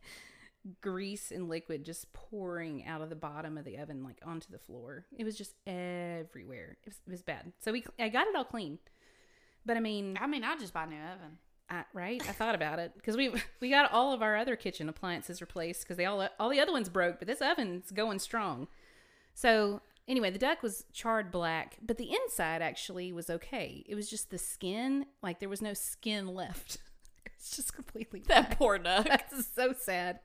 A: grease and liquid just pouring out of the bottom of the oven like onto the floor. It was just everywhere. It was, it was bad. So we I got it all clean. But I mean,
B: I mean, I just buy a new oven.
A: I, right? I thought about it because we we got all of our other kitchen appliances replaced because they all all the other ones broke, but this oven's going strong. So anyway, the duck was charred black, but the inside actually was okay. It was just the skin, like there was no skin left. It's just completely
B: That poor duck.
A: that's so sad.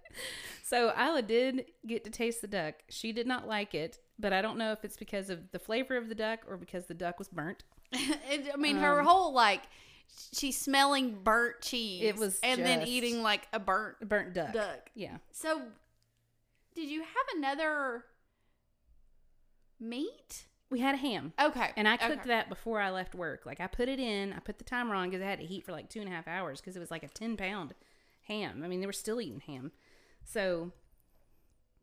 A: So Isla did get to taste the duck. She did not like it, but I don't know if it's because of the flavor of the duck or because the duck was burnt.
B: It, I mean,
A: Um,
B: her whole like, she's smelling burnt cheese.
A: It was
B: and then
A: just-
B: eating like a burnt
A: Burnt duck.
B: duck.
A: Yeah.
B: So, did you have another meat?
A: We had a ham.
B: Okay,
A: And I cooked
B: okay.
A: that before I left work. Like I put it in, I put the timer on because I had to heat for like two and a half hours because it was like a ten pound ham. I mean, they were still eating ham. So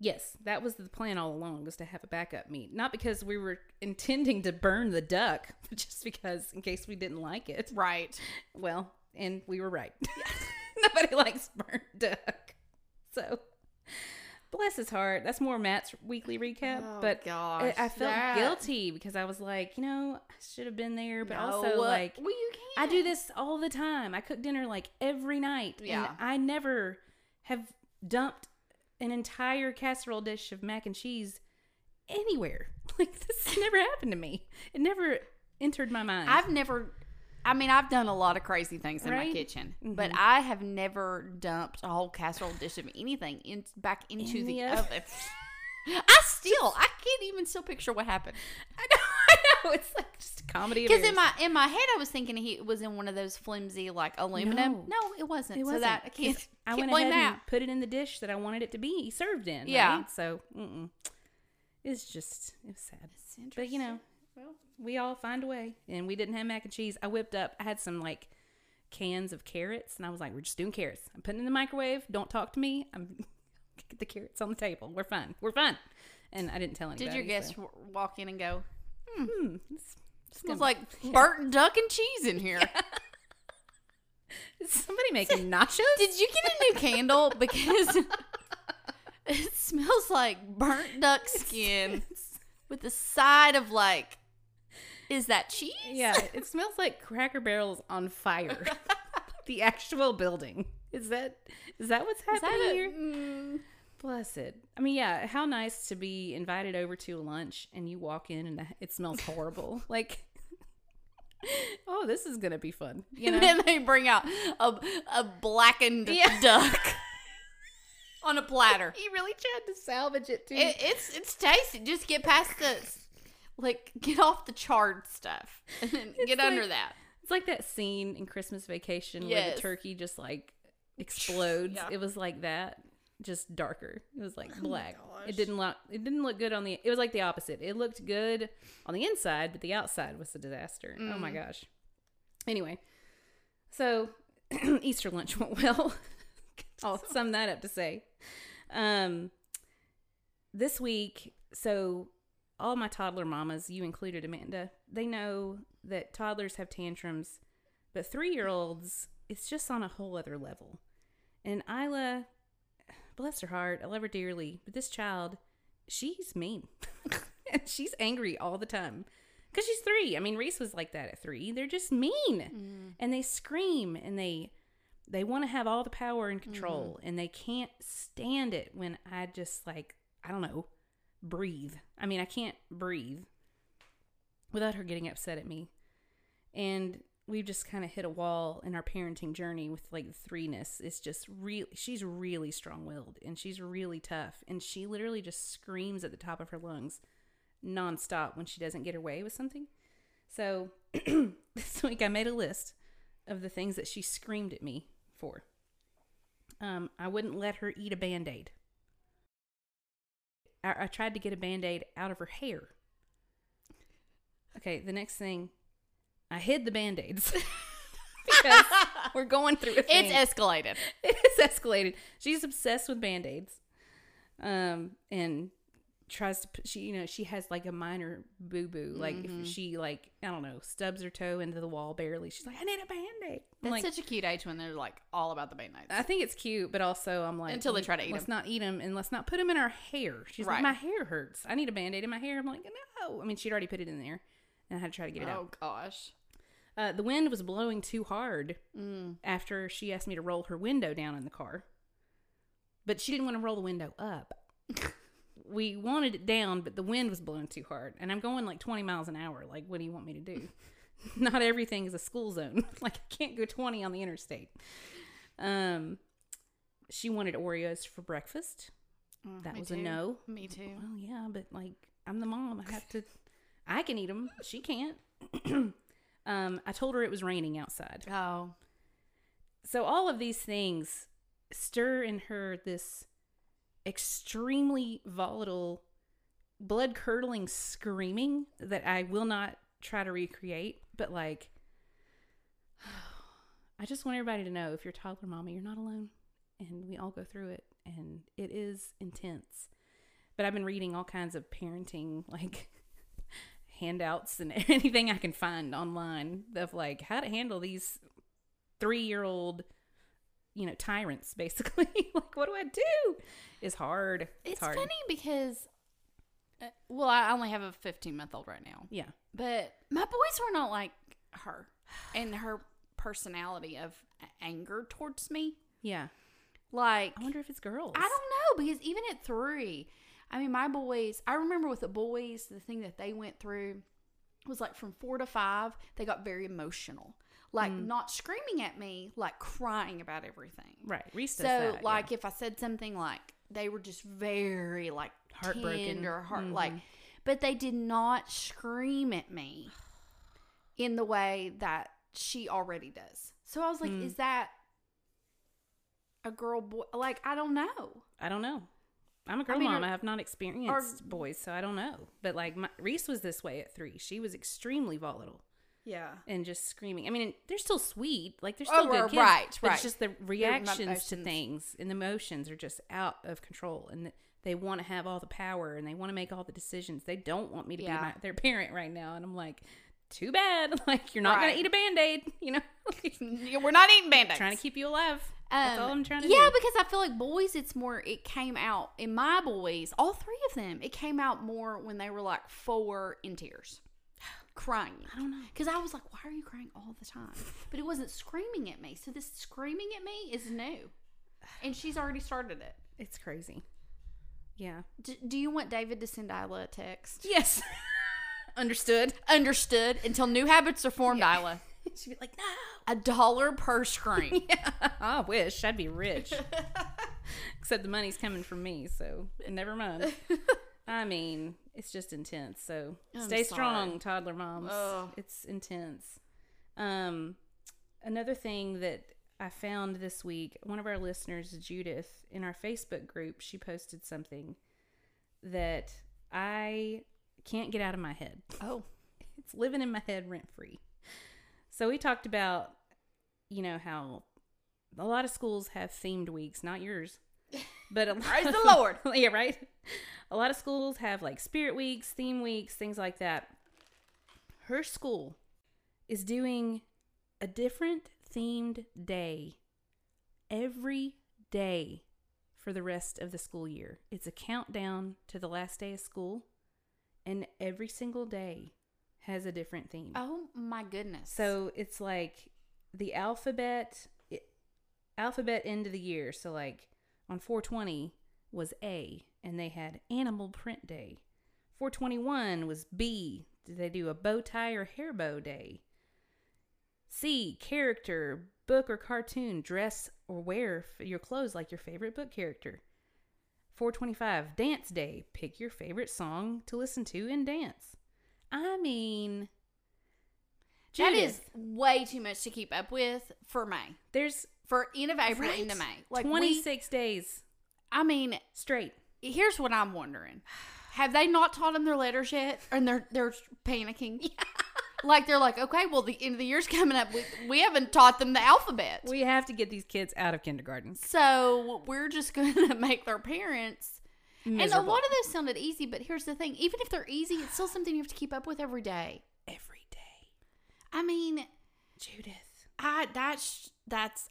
A: yes, that was the plan all along was to have a backup meat. Not because we were intending to burn the duck, but just because in case we didn't like it.
B: right.
A: Well, and we were right. Nobody likes burnt duck. So bless his heart. That's more Matt's weekly recap. but
B: Oh, gosh,
A: I, I felt
B: that-
A: guilty because I was like, you know, I should have been there, but also
B: No. uh,
A: like
B: well, you
A: I
B: can't.
A: do this all the time. I cook dinner like every night,
B: Yeah.
A: and I never have dumped an entire casserole dish of mac and cheese anywhere. Like this never happened to me. It never entered my mind.
B: I've never. I mean, I've done a lot of crazy things in my
A: Right? Mm-hmm.
B: kitchen, but I have never dumped a whole casserole dish of anything in, back into
A: In
B: the,
A: the
B: oven.
A: oven.
B: I still, I can't even still picture what happened.
A: I know, I know. It's like just a comedy. of
B: Because in
A: errors.
B: my in my head, I was thinking he was in one of those flimsy like aluminum. No,
A: No.
B: it wasn't.
A: It
B: So
A: wasn't.
B: that I can't,
A: I
B: can't
A: went
B: blame
A: ahead
B: that.
A: and put it in the dish that I wanted it to be served in.
B: Yeah.
A: right? So mm-mm. it's just it was sad. But you know,
B: well,
A: we all find a way. And we didn't have mac and cheese. I whipped up. I had some like cans of carrots, and I was like, "We're just doing carrots. I'm putting it in the microwave. Don't talk to me. I'm get the carrots on the table. We're fine. We're fine." And I didn't tell anybody.
B: did your guest
A: so-
B: w walk in and go?
A: Hmm, it's- it's
B: Smells
A: gonna-
B: like burnt duck and cheese in here.
A: is somebody making nachos.
B: Did you get a new candle? Because it smells like burnt duck skin with a side of like, is that cheese?
A: Yeah, it smells like Cracker Barrel's on fire. the actual building. Is that is that what's
B: Is
A: happening
B: that a,
A: here?
B: mm,
A: Bless it. I mean, yeah, how nice to be invited over to lunch and you walk in and it smells horrible. like Oh, this is going to be fun. You know.
B: And then they bring out a a blackened
A: Yeah.
B: duck on a platter.
A: he really tried to salvage it too.
B: It, it's it's tasty. Just get past the like get off the charred stuff and then get
A: like-
B: under that.
A: it's like that scene in Christmas Vacation where
B: Yes.
A: the turkey just like explodes.
B: Yeah. Oh
A: It was like that, just darker. It was like black.
B: gosh.
A: it didn't look. It didn't look good on the. It was like the opposite. It looked good on the inside, but the outside was a disaster. Oh
B: Mm.
A: my gosh. Anyway, so Easter lunch went well. I'll sum that up to say, um, this week. So all my toddler mamas, you included, Amanda, they know that toddlers have tantrums, but three year olds, it's just on a whole other level. And Isla, bless her heart, I love her dearly, but this child, she's mean. And she's angry all the time because she's three. I mean, Reese was like that at three. They're just mean and they scream and they. They want to have all the power and control, and they can't stand it when I just like, I don't know, breathe. I mean, I can't breathe without her getting upset at me. And we've just kind of hit a wall in our parenting journey with like the threeness. It's just really, she's really strong willed and she's really tough. And she literally just screams at the top of her lungs nonstop when she doesn't get her way with something. So this week I made a list of the things that she screamed at me for. Um, I wouldn't let her eat a band aid. I, I tried to get a band aid out of her hair. Okay, the next thing, I hid the band aids because we're going through a thing.
B: It's escalated.
A: it is escalated. She's obsessed with band aids. Um, and tries to put, she you know she has like a minor boo boo like
B: Mhm.
A: if she like I don't know stubs her toe into the wall barely she's like I need a band-aid I'm
B: That's
A: like
B: such a cute age when they're like all about the bait nights.
A: I think it's cute but also I'm like
B: Until they try to eat
A: let's
B: 'em.
A: not eat them and let's not put them in our hair she's
B: Right.
A: like my hair hurts I need a band-aid in my hair I'm like no I mean she'd already put it in there and I had to try to get it out
B: oh gosh. Oh.
A: uh, the wind was blowing too hard
B: Mm.
A: after she asked me to roll her window down in the car. But she didn't want to roll the window up. we wanted it down, but the wind was blowing too hard. And I'm going like 20 miles an hour. Like, what do you want me to do? Not everything is a school zone. like, I can't go 20 on the interstate. Um, she wanted Oreos for breakfast.
B: Mm,
A: That
B: me
A: was a
B: too.
A: no.
B: Me too.
A: Well, yeah, but like I'm the mom. I have to. I can eat them. She can't. um, I told her it was raining outside.
B: Oh.
A: So all of these things stir in her this extremely volatile, blood curdling screaming that I will not try to recreate, but like I just want everybody to know if you're toddler mama, you're not alone and we all go through it and it is intense. But I've been reading all kinds of parenting like handouts and anything I can find online of like how to handle these three year old, you know, tyrants basically. like, what do I do? It's hard. It's,
B: It's,
A: hard.
B: funny because, uh, well, I only have a 15 month old right now,
A: Yeah.
B: but my boys were not like her and her personality of a- anger towards me.
A: Yeah.
B: Like,
A: I wonder if it's girls.
B: I don't know because even at three, I mean, my boys, I remember with the boys, the thing that they went through was like from four to five, they got very emotional. Like,
A: Mm.
B: not screaming at me, like crying about everything.
A: Right. Reese
B: So,
A: does that,
B: like,
A: yeah.
B: if I said something like they were just very like
A: Heartbroken.
B: or heart
A: Mhm.
B: like, but they did not scream at me in the way that she already does. So I was like,
A: Mm.
B: is that a girl boy? Like, I don't know.
A: I don't know. I'm a girl
B: mean,
A: mom.
B: or-
A: I have not experienced boys, so I don't know. But like my, Reese was this way at three. She was extremely volatile
B: Yeah.
A: and just screaming. I mean, they're still sweet. Like they're
B: Oh,
A: still good
B: right,
A: kids.
B: right,
A: but
B: right.
A: It's just the reactions to
B: emotions.
A: things and the emotions are just out of control, and they want to have all the power and they want to make all the decisions. They don't want me to
B: Yeah.
A: be my, their parent right now, and I'm like, too bad. Like you're not
B: Right.
A: gonna eat a band aid. You know,
B: We're not eating band aids.
A: trying to keep you alive. That's all I'm trying to
B: Um, yeah,
A: do.
B: because I feel like boys, it's more, it came out in my boys, all three of them, it came out more when they were like four in tears, crying.
A: I don't know.
B: Because I was like, why are you crying all the time? But it wasn't screaming at me. So this screaming at me is new. And she's already started it.
A: It's crazy. Yeah.
B: D- do you want David to send Isla a text?
A: Yes. Understood.
B: Understood. Until new habits are formed, Isla.
A: She'd be like, no.
B: A dollar per scream.
A: I wish I'd be rich. Except the money's coming from me, so never mind. I mean, it's just intense. So
B: I'm
A: stay
B: sorry.
A: strong, toddler moms.
B: Ugh.
A: It's intense. Um, another thing that I found this week, one of our listeners, Judith, in our Facebook group, she posted something that I can't get out of my head.
B: oh.
A: it's living in my head rent free. So we talked about, you know, how a lot of schools have themed weeks, not yours, but a lot
B: Praise
A: of-
B: the Lord.
A: yeah, right. A lot of schools have like spirit weeks, theme weeks, things like that. Her school is doing a different themed day every day for the rest of the school year. It's a countdown to the last day of school, and every single day has a different theme.
B: Oh my goodness.
A: So it's like the alphabet it, alphabet end of the year. So like on 420 was A and they had animal print day. 421 was B. Did they do a bow tie or hair bow day? C character, book or cartoon, dress or wear f- your clothes like your favorite book character. 425 dance day, pick your favorite song to listen to and dance. I mean,
B: that
A: Judith.
B: is way too much to keep up with for May.
A: There's
B: For end of April
A: Right.
B: into May. Like we-
A: 26 days
B: I mean,
A: straight.
B: here's what I'm wondering: Have they not taught them their letters yet, and they're they're panicking? Like they're like, okay, well, the end of the year's coming up. We, we haven't taught them the alphabet,
A: We have to get these kids out of kindergarten.
B: so we're just gonna make their parents And a
A: Miserable.
B: lot of those sounded easy, but here's the thing: even if they're easy, it's still something you have to keep up with every day.
A: every day.
B: I mean,
A: Judith.
B: I that's that's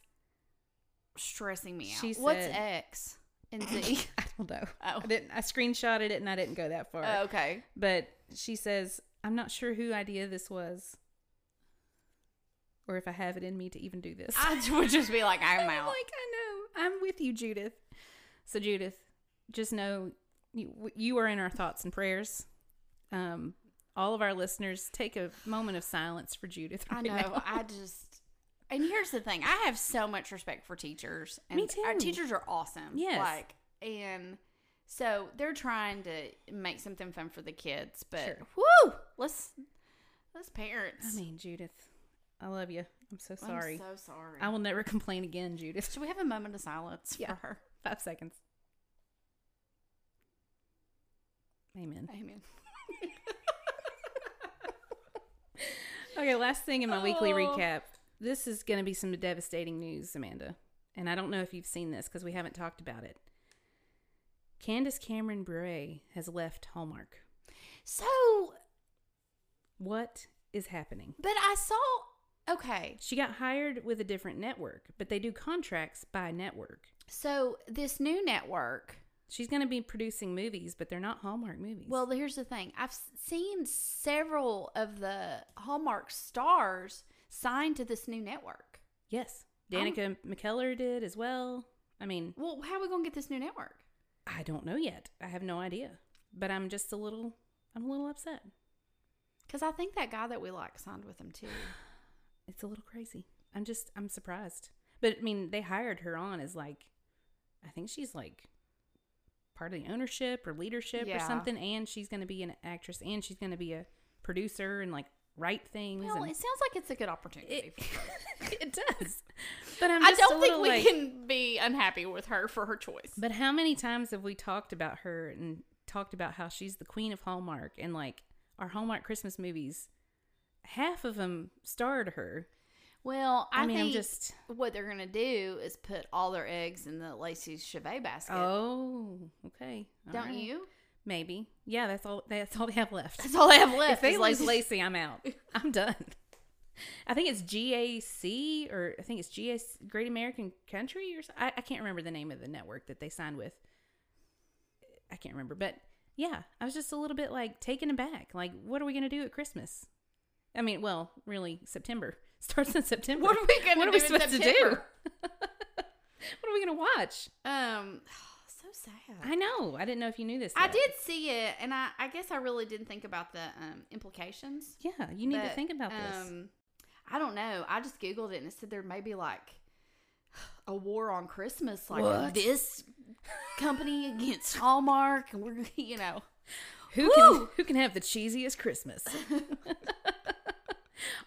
B: stressing me out.
A: She
B: What's
A: said-
B: X and Z?
A: I don't know.
B: Oh.
A: I didn't. I screenshotted it and I didn't go that far.
B: Oh, okay.
A: But she says, "I'm not sure who idea this was, or if I have it in me to even do this."
B: I would just be like, I'm
A: I'm
B: out.
A: like, I know. I'm with you, Judith. So, Judith, just know you, you are in our thoughts and prayers. Um, all of our listeners, take a moment of silence for Judith.
B: I
A: right
B: know.
A: now.
B: I just. And here's the thing: I have so much respect for teachers. And
A: Me
B: Our
A: too.
B: teachers are awesome.
A: Yes.
B: Like and. So they're trying to make something fun for the kids, but
A: Sure.
B: woo, let's let's parents.
A: I mean, Judith, I love you. I'm so
B: I'm
A: sorry.
B: so sorry.
A: I will never complain again, Judith.
B: Should we have a moment of silence
A: Yeah.
B: for her?
A: Five seconds. Amen.
B: Amen.
A: Okay, last thing in my weekly
B: Oh.
A: recap. This is going to be some devastating news, Amanda. And I don't know if you've seen this because we haven't talked about it. Candace Cameron Bure has left Hallmark.
B: so,
A: What is happening?
B: but I saw. Okay,
A: She got hired with a different network, but they do contracts by network.
B: so this new network.
A: She's going to be producing movies, but they're not Hallmark movies.
B: Well, here's the thing. I've s- seen several of the Hallmark stars signed to this new network.
A: yes. Danica McKellar did as well. I mean,
B: Well, how are we gonna get this new network?
A: I don't know yet. I have no idea. But I'm just a little I'm a little upset.
B: Because I think that guy that we like signed with them too.
A: It's a little crazy. I'm just I'm surprised. But I mean, they hired her on as like I think she's like part of the ownership or leadership or
B: Yeah.
A: something and she's going to be an actress and she's going to be a producer and like write things
B: Well,
A: and
B: it sounds like it's a good opportunity.
A: it,
B: for her.
A: it does. But I'm
B: I
A: just a
B: don't think
A: little,
B: we
A: like-
B: can be unhappy with her for her choice.
A: But how many times have we talked about her and talked about how she's the queen of Hallmark and like our Hallmark Christmas movies? Half of them starred her.
B: Well, I,
A: I mean, I'm
B: think
A: just-
B: what they're gonna do is put all their eggs in the Lacey's Chevet basket.
A: Oh, okay. All
B: don't
A: right.
B: you?
A: Maybe. Yeah, that's all. That's all they have left.
B: That's all they have left.
A: if they
B: is
A: lose
B: Lacey's-
A: Lacey, I'm out. I'm done. I think it's GAC or I think it's GS Great American Country or so- I, I can't remember the name of the network that they signed with. I can't remember, but yeah, I was just a little bit like taken aback. Like, what are we gonna do at Christmas? I mean, well, really, September starts in September.
B: What are we gonna
A: What are
B: do
A: we
B: in
A: supposed to do?
B: September?
A: what are we gonna watch?
B: Um, so sad.
A: I know. I didn't know if you knew this.
B: I,
A: yet.
B: did see it, and I, I guess I really didn't think about the um, implications.
A: Yeah, you need to
B: but,
A: think about this.
B: Um, I don't know. I just googled it, and it said there may be like a war on Christmas, like
A: What?
B: this company against Hallmark, and we're you know.
A: Who can who can have the cheesiest Christmas?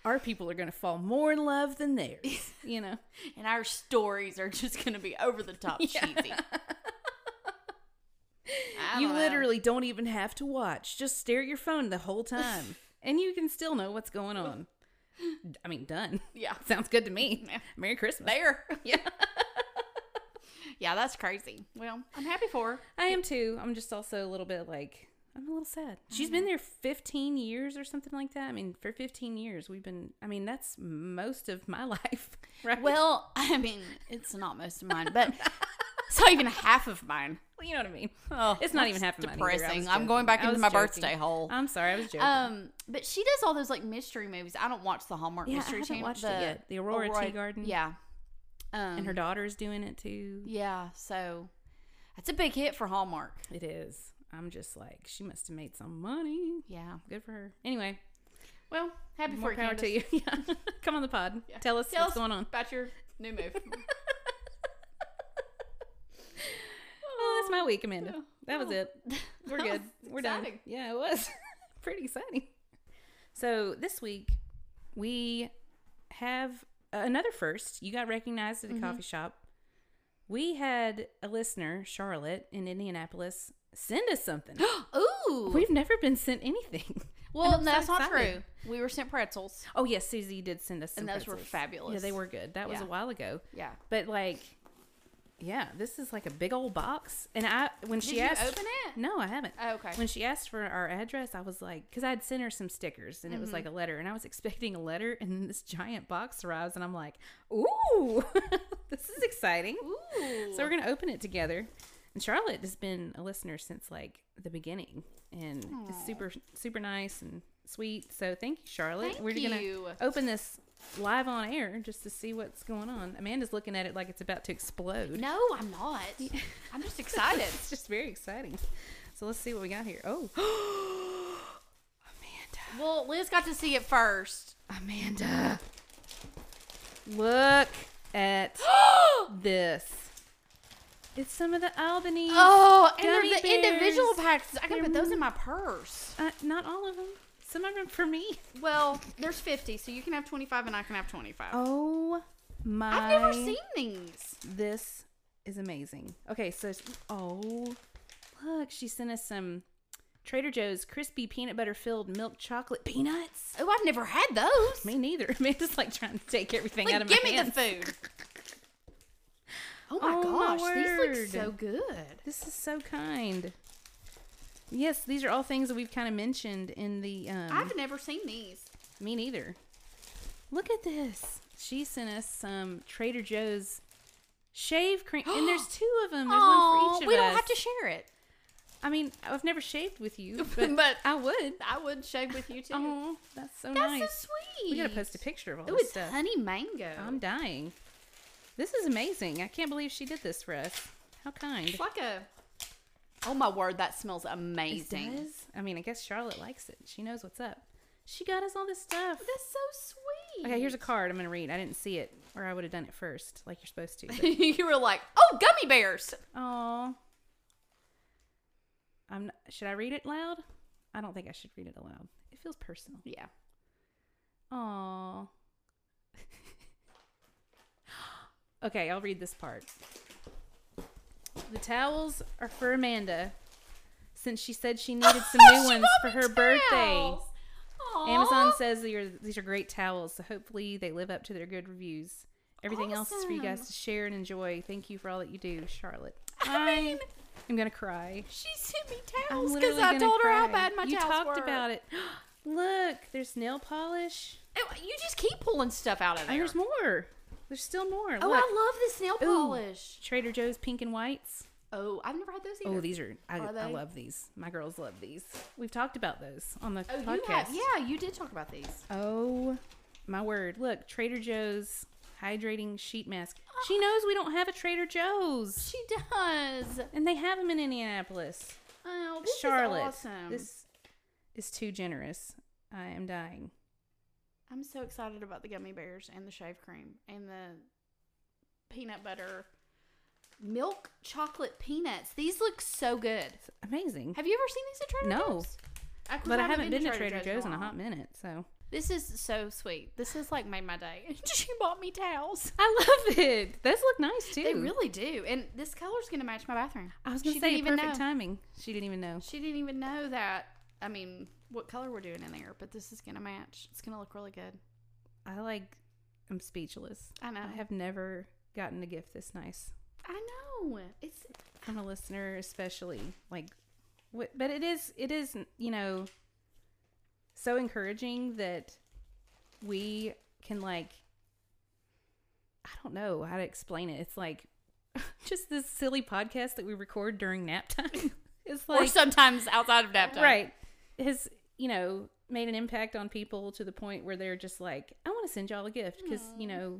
A: Our people are going to fall more in love than theirs, you know.
B: and our stories are just going to be over the top cheesy. I
A: you
B: don't know.
A: literally don't even have to watch; just stare at your phone the whole time, and you can still know what's going on. I mean, done.
B: yeah,
A: Sounds good to me.
B: Yeah.
A: Merry Christmas.
B: there, yeah, yeah. That's crazy. Well, I'm happy for her.
A: I am too. I'm just also a little bit like I'm a little sad. She's
B: Mm.
A: been there 15 years or something like that. I mean, for 15 years we've been. I mean, that's most of my life. Right?
B: Well, I mean, it's not most of mine, but it's not even half of mine.
A: you know what I mean.
B: Oh,
A: It's not
B: that's
A: even half of mine either. I was
B: Depressing. I'm
A: joking.
B: going back
A: I
B: into
A: was
B: my
A: joking.
B: birthday hole.
A: I'm sorry, I was joking.
B: Um, but she does all those like mystery movies. I don't watch the Hallmark
A: Yeah, I
B: Mystery
A: haven't
B: Channel.
A: watched it yet. The Aurora Mm-hmm. Tea Garden.
B: Yeah. Um,
A: and her daughter's doing it too.
B: Yeah, so that's a big hit for Hallmark.
A: It is. I'm just like, she must have made some money.
B: Yeah.
A: Good for her. Anyway,
B: Well, happy
A: more
B: for
A: power to you. Yeah. Come on the pod. Tell us what's going on.
B: about your new move.
A: Oh, that's my week, Amanda.
B: Yeah.
A: That was it. We're
B: That
A: good.
B: was
A: We're done.
B: exciting.
A: Yeah, it was pretty exciting. So this week we have another first. You got recognized at a coffee shop. We had a listener, Charlotte, in Indianapolis, send us something.
B: Ooh.
A: We've never been sent anything.
B: well,
A: I'm so
B: no, that's not
A: excited.
B: true. We were sent pretzels.
A: Oh yes, Susie did send us, some
B: And those were
A: pretzels.
B: fabulous.
A: Yeah, they were good. That was
B: Yeah.
A: a while ago,
B: Yeah.
A: but like Yeah, this is like a big old box. And I when
B: Did
A: she
B: you
A: asked
B: open it?
A: No, I haven't.
B: Oh, okay.
A: When she asked for our address, I was like, because I had sent her some stickers and it
B: Mm-hmm.
A: was like a letter, and I was expecting a letter, and then this giant box arrives, and I'm like, ooh, this is exciting.
B: Ooh.
A: So we're gonna open it together. And Charlotte has been a listener since like the beginning, and is super super nice and sweet. So thank you, Charlotte.
B: Thank
A: we're
B: you.
A: gonna open this live on air just to see what's going on. Amanda's looking at it like it's about to explode.
B: No, I'm not. I'm just excited.
A: It's just very exciting. So let's see what we got here. Oh, Amanda.
B: well, Liz got to see it first.
A: Amanda. Look at this. It's some of the Albany.
B: Oh, and
A: Gummy
B: they're the individual
A: bears.
B: packs. I can
A: They're
B: put those in my purse.
A: Uh, not all of them. Some of them for me.
B: Well, there's 50, so you can have 25 and I can have 25.
A: Oh my.
B: I've never seen these.
A: This is amazing. Okay, so s- oh, look, she sent us some Trader Joe's crispy peanut butter filled milk chocolate peanuts.
B: Oh, I've never had those.
A: Me neither. Amanda's like trying to take everything out
B: Like,
A: of
B: give
A: my
B: me
A: hands.
B: the food. Oh my
A: Oh, my
B: gosh, these look so
A: word.
B: good.
A: This is so kind. Yes, these are all things that we've kind of mentioned in the. Um,
B: I've never seen these.
A: me neither. Look at this. She sent us some Trader Joe's shave cream, and there's two of them. There's one
B: Oh,
A: for each of
B: we don't
A: us.
B: have to share it.
A: I mean, I've never shaved with you, but,
B: But-
A: I would.
B: I would shave with you too.
A: Oh, that's so
B: That's
A: nice.
B: so sweet.
A: we gotta post a picture of all
B: It
A: this
B: was
A: stuff.
B: honey mango.
A: I'm dying. This is amazing. I can't believe she did this for us. How kind.
B: It's like a. Oh my word, that smells
A: It
B: amazing.
A: does. I mean, I guess Charlotte likes it. She knows what's up. She got us all this stuff.
B: That's so sweet.
A: Okay, here's a card I'm going to read. I didn't see it, or I would have done it first, like you're supposed to. but-
B: you were like, oh, gummy bears.
A: Aw. I'm not, should I read it loud? I don't think I should read it aloud. It feels personal.
B: Yeah.
A: Aw. okay, I'll read this part. The towels are for Amanda since she said she needed some new ones for her birthday. Amazon says these are, these are great towels, so hopefully they live up to their good reviews. Everything else is for you guys
B: Awesome.
A: to share and enjoy. Thank you for all that you do, Charlotte.
B: I mean,
A: I'm gonna cry.
B: she sent me
A: I'm
B: towels because
A: literally
B: I
A: gonna
B: told her how
A: cry.
B: bad my
A: you
B: towels
A: talked
B: were.
A: about it. Look, there's nail polish.
B: Oh, You just keep pulling stuff out of
A: And
B: there.
A: there's more. There's still more.
B: Oh,
A: Look.
B: I love this nail
A: Ooh.
B: polish.
A: Trader Joe's pink and whites.
B: Oh, I've never had those either.
A: Oh, these are I,
B: Are
A: I
B: they?
A: love these. My girls love these. We've talked about those on the
B: Oh,
A: podcast.
B: you have. Yeah, you did talk about these.
A: Oh my word. Look, Trader Joe's hydrating sheet mask. She knows we don't have a Trader Joe's.
B: She does.
A: And they have them in Indianapolis.
B: Oh, this
A: Charlotte.
B: is awesome.
A: This is too generous. I am dying.
B: I'm so excited about the gummy bears and the shave cream and the peanut butter milk chocolate peanuts. These look so good.
A: Amazing.
B: Have you ever seen these at Trader
A: No.
B: Joe's? I, 'cause
A: But I haven't been to
B: Trader
A: Trader Joe's in a
B: while.
A: hot minute, so
B: This is so sweet. This has like made my day. she bought me towels.
A: I love it. Those look nice too.
B: They really do. And this color's gonna match my bathroom.
A: I was gonna
B: She
A: say
B: didn't even
A: perfect
B: know.
A: timing. She didn't even know.
B: She didn't even know that. I mean, what color we're doing in there, but this is gonna match. It's gonna look really good.
A: I like. I'm speechless.
B: I know.
A: I have never gotten a gift this nice
B: I know. It's
A: from a listener, especially like. What, but it is. It is. You know. So encouraging that we can like. I don't know how to explain it. It's like just this silly podcast that we record during nap time. It's like
B: or sometimes outside of nap time.
A: right has you know made an impact on people to the point where they're just like i want to send y'all a gift because you know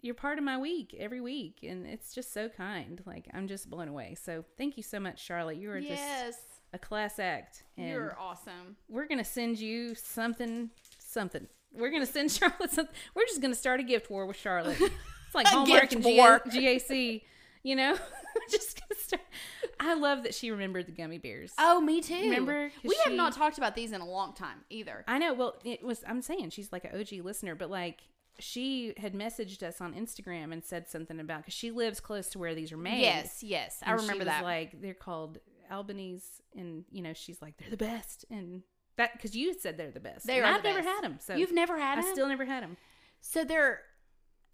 A: you're part of my week every week and it's just so kind like i'm just blown away so thank you so much charlotte you are just
B: Yes.
A: a class act and
B: You're awesome.
A: we're gonna send you something something we're gonna send charlotte something we're just gonna start a gift war with charlotte it's like
B: A
A: hallmark
B: gift
A: and
B: war.
A: GA- gac you know just gonna start i love that she remembered the gummy bears
B: Oh, me too.
A: Remember? 'Cause
B: We have
A: she-
B: not talked about these in a long time either.
A: I know. Well, it was. I'm saying she's like an OG listener, but like she had messaged us on Instagram and said something about because she lives close to where these are made.
B: Yes, yes. I
A: And she
B: remember
A: was
B: that.
A: Like they're called Albanese, and you know she's like they're the best, and that because you said they're the best.
B: They
A: and
B: are
A: I've
B: the
A: never
B: best.
A: had them, so
B: You've never had
A: I
B: them?
A: still never had them.
B: so they're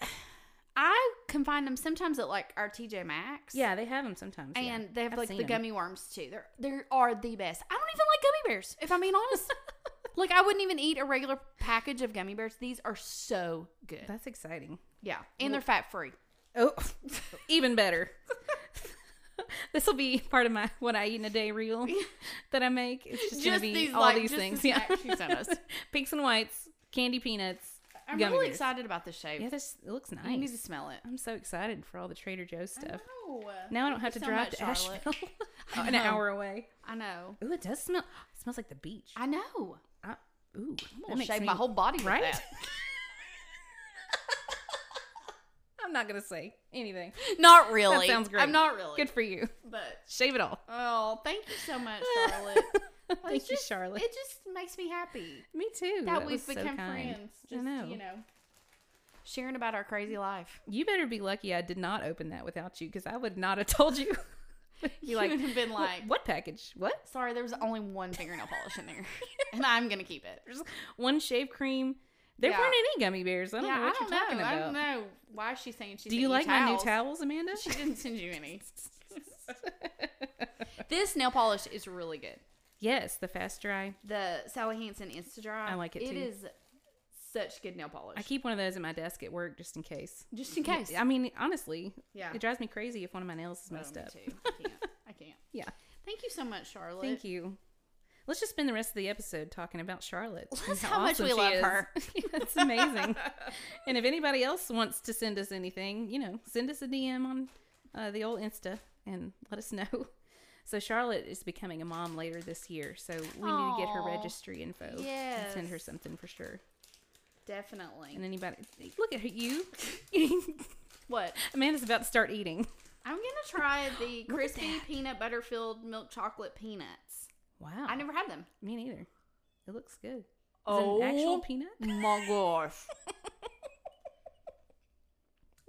B: I can find them sometimes at like our TJ Maxx.
A: Yeah, they have them sometimes. yeah.
B: And they have
A: I've
B: like
A: seen
B: the
A: 'em.
B: gummy worms too. They're they are the best. I don't even like gummy bears, if I'm being honest. like I wouldn't even eat a regular package of gummy bears. These are so good.
A: That's exciting.
B: yeah. And they're fat free.
A: Oh, even better. this will be part of my what I eat in a day reel that I make. It's just, gonna
B: Just
A: be
B: these,
A: all
B: like,
A: these
B: just the
A: things. Yeah,
B: snacks you sent us.
A: pinks and whites, candy peanuts.
B: I'm
A: gummy
B: really
A: bears.
B: excited about this shape.
A: Yeah, this it looks
B: You need
A: nice.
B: to smell it.
A: I'm so excited for all the Trader Joe's stuff.
B: know.
A: Now I don't have
B: Thank
A: to
B: you so
A: drive
B: much,
A: to
B: Charlotte.
A: Asheville,
B: I
A: an
B: know.
A: hour away.
B: I know.
A: Ooh, it does smell. It smells like the beach.
B: I know.
A: I, ooh,
B: I'm
A: that
B: gonna
A: makes
B: shave
A: me-
B: my whole body with
A: right?
B: that.
A: I'm not gonna say anything.
B: Not really.
A: sounds great.
B: I'm not really.
A: Good for you.
B: But
A: Shave it all.
B: oh, thank you so much, Charlotte. Well,
A: Thank
B: it's
A: you,
B: just-
A: Charlotte.
B: It just makes me happy
A: me too.
B: that,
A: was
B: we've
A: so
B: become
A: kind.
B: friends.
A: I
B: Just
A: know.
B: you know, sharing about our crazy life.
A: You better be lucky I did not open that without you because I would not have told you.
B: You
A: you like,
B: would have been like,
A: what package? What?
B: "Sorry, there was only one fingernail polish in there, and I'm gonna keep it."
A: There's one shave cream. There
B: Yeah.
A: weren't any gummy bears. I don't know
B: yeah,
A: what
B: I
A: you're
B: don't know.
A: talking
B: I
A: about.
B: don't know why she's saying she.
A: Do you
B: sent
A: like my new
B: towels.
A: towels, Amanda?
B: She didn't send you any. this nail polish is really good.
A: yes, the fast dry.
B: The Sally Hansen Instadry.
A: I like it,
B: It
A: too.
B: is such good nail polish.
A: I keep one of those at my desk at work just in case.
B: Just in case.
A: I mean, honestly,
B: Yeah.
A: it drives me crazy if one of my nails is
B: Oh,
A: messed
B: me
A: up.
B: too. I can't. I can't.
A: Yeah.
B: Thank you so much, Charlotte.
A: Thank you. Let's just spend the rest of the episode talking about Charlotte. and
B: That's how much we
A: she
B: love
A: is.
B: her.
A: it's amazing. and if anybody else wants to send us anything, you know, send us a DM on uh, the old Insta and let us know. So Charlotte is becoming a mom later this year, so we need to get her
B: Aw.
A: registry info. and send her
B: Yes.
A: something for sure.
B: Definitely.
A: And anybody, look at you.
B: What?
A: Amanda's about to start eating.
B: I'm gonna try the
A: Look at
B: crispy peanut butter filled milk chocolate peanuts.
A: Wow,
B: I never had them.
A: me neither. It looks good. Is it an actual
B: Oh.
A: peanut?
B: My gosh.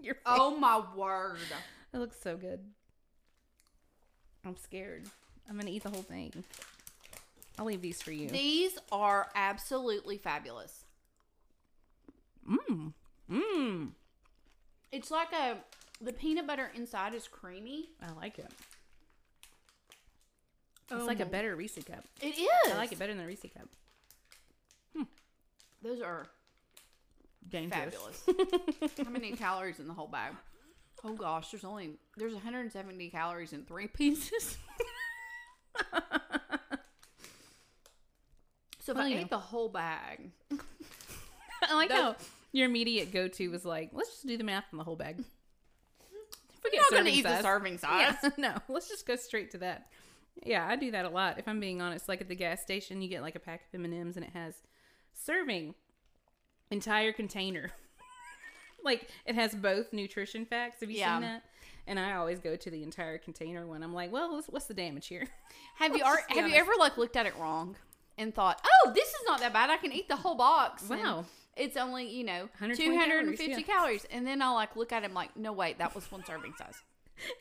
A: Your face.
B: Oh my word.
A: It looks so good. I'm scared. I'm gonna eat the whole thing. I'll leave these for you.
B: These are absolutely fabulous.
A: Mmm. Mmm.
B: It's like a the peanut butter inside is creamy.
A: I like it. It's like a
B: Um,
A: better Reese cup.
B: It is.
A: I like it better than the Reese cup.
B: Those are
A: Dangerous.
B: fabulous. How many calories in the whole bag? Oh gosh, there's only there's 170 calories in three pieces. so if
A: Well,
B: I
A: you know.
B: ate the whole bag,
A: I like
B: Those-
A: how your immediate go-to was like, let's just do the math on the whole bag.
B: I'm
A: Forget
B: not going to
A: serving
B: eat the
A: size.
B: serving size.
A: Yeah, no, let's just go straight to that. Yeah, I do that a lot. If I'm being honest, like at the gas station, you get like a pack of M and M's, and it has serving entire container. like it has both nutrition facts. Have you
B: Yeah.
A: seen that? And I always go to the entire container when I'm like, well, what's, what's the damage here?
B: Have you
A: Let's
B: are,
A: just be
B: have you
A: honest.
B: ever like looked at it wrong and thought, "Oh, this is not that bad. I can eat the whole box." and
A: Wow.
B: It's only, you know,
A: 120
B: 250
A: calories, yeah.
B: calories, And then I'll like look at him like, "No, wait, that was one serving size."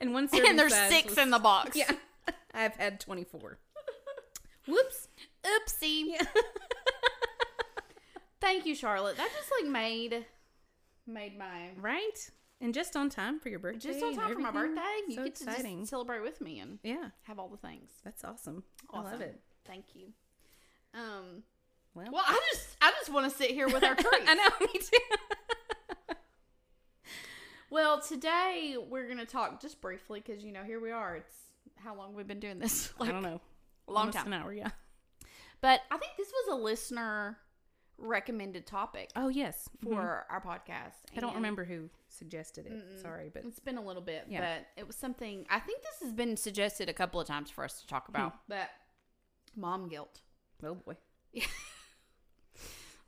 A: And one serving
B: and there's
A: size
B: six
A: was-
B: in the box.
A: Yeah, I've had 24. Whoops.
B: Oopsie. Thank you, Charlotte. That just like made made my
A: Right. And just on time for your birthday.
B: just on
A: and
B: time for my
A: everything.
B: birthday. You
A: so
B: get to
A: exciting.
B: just celebrate with me and
A: yeah,
B: have all the things.
A: that's awesome. I love
B: Awesome.
A: it.
B: Thank you. Um.
A: Well,
B: Well, I just I just want to sit here with our treats.
A: I know, me too.
B: Well, today we're gonna talk just briefly because you know here we are. It's how long we've been doing this,
A: I
B: like
A: don't know.
B: a long
A: Almost
B: time.
A: An hour, yeah.
B: But I think this was a listener recommended topic
A: Oh yes.
B: for our podcast.
A: I don't
B: and
A: remember who suggested it. Sorry, but
B: It's been a little bit,
A: Yeah.
B: but it was something. I think this has been suggested a couple of times for us to talk
A: Hmm.
B: about. But mom guilt.
A: oh boy.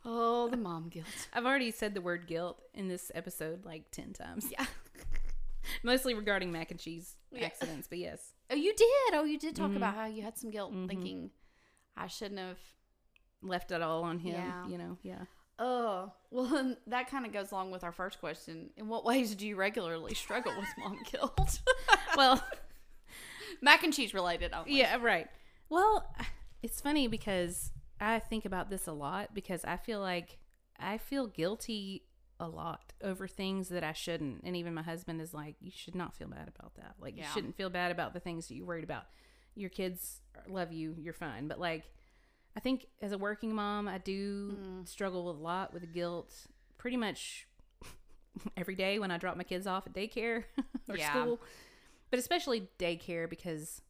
B: Oh, the mom guilt.
A: I've already said the word guilt in this episode like ten times,
B: Yeah.
A: mostly regarding mac and cheese
B: Yeah.
A: accidents. But yes,
B: Oh, you did. Oh, you did talk about
A: Mm-hmm.
B: how you had some guilt, thinking I shouldn't have
A: left it all on him.
B: Yeah.
A: You know, yeah.
B: Oh, well, and that kind of goes along with our first question. In what ways do you regularly struggle with mom guilt?
A: Well,
B: Mac and cheese related only.
A: yeah, right. Well, it's funny because I think about this a lot because I feel like I feel guilty a lot over things that I shouldn't. And even my husband is like, you should not feel bad about that. Like,
B: Yeah.
A: you shouldn't feel bad about the things that you're worried about. Your kids love you, you're fine. But like, I think as a working mom, I do struggle a lot with guilt pretty much every day when I drop my kids off at daycare or
B: Yeah.
A: school, but especially daycare because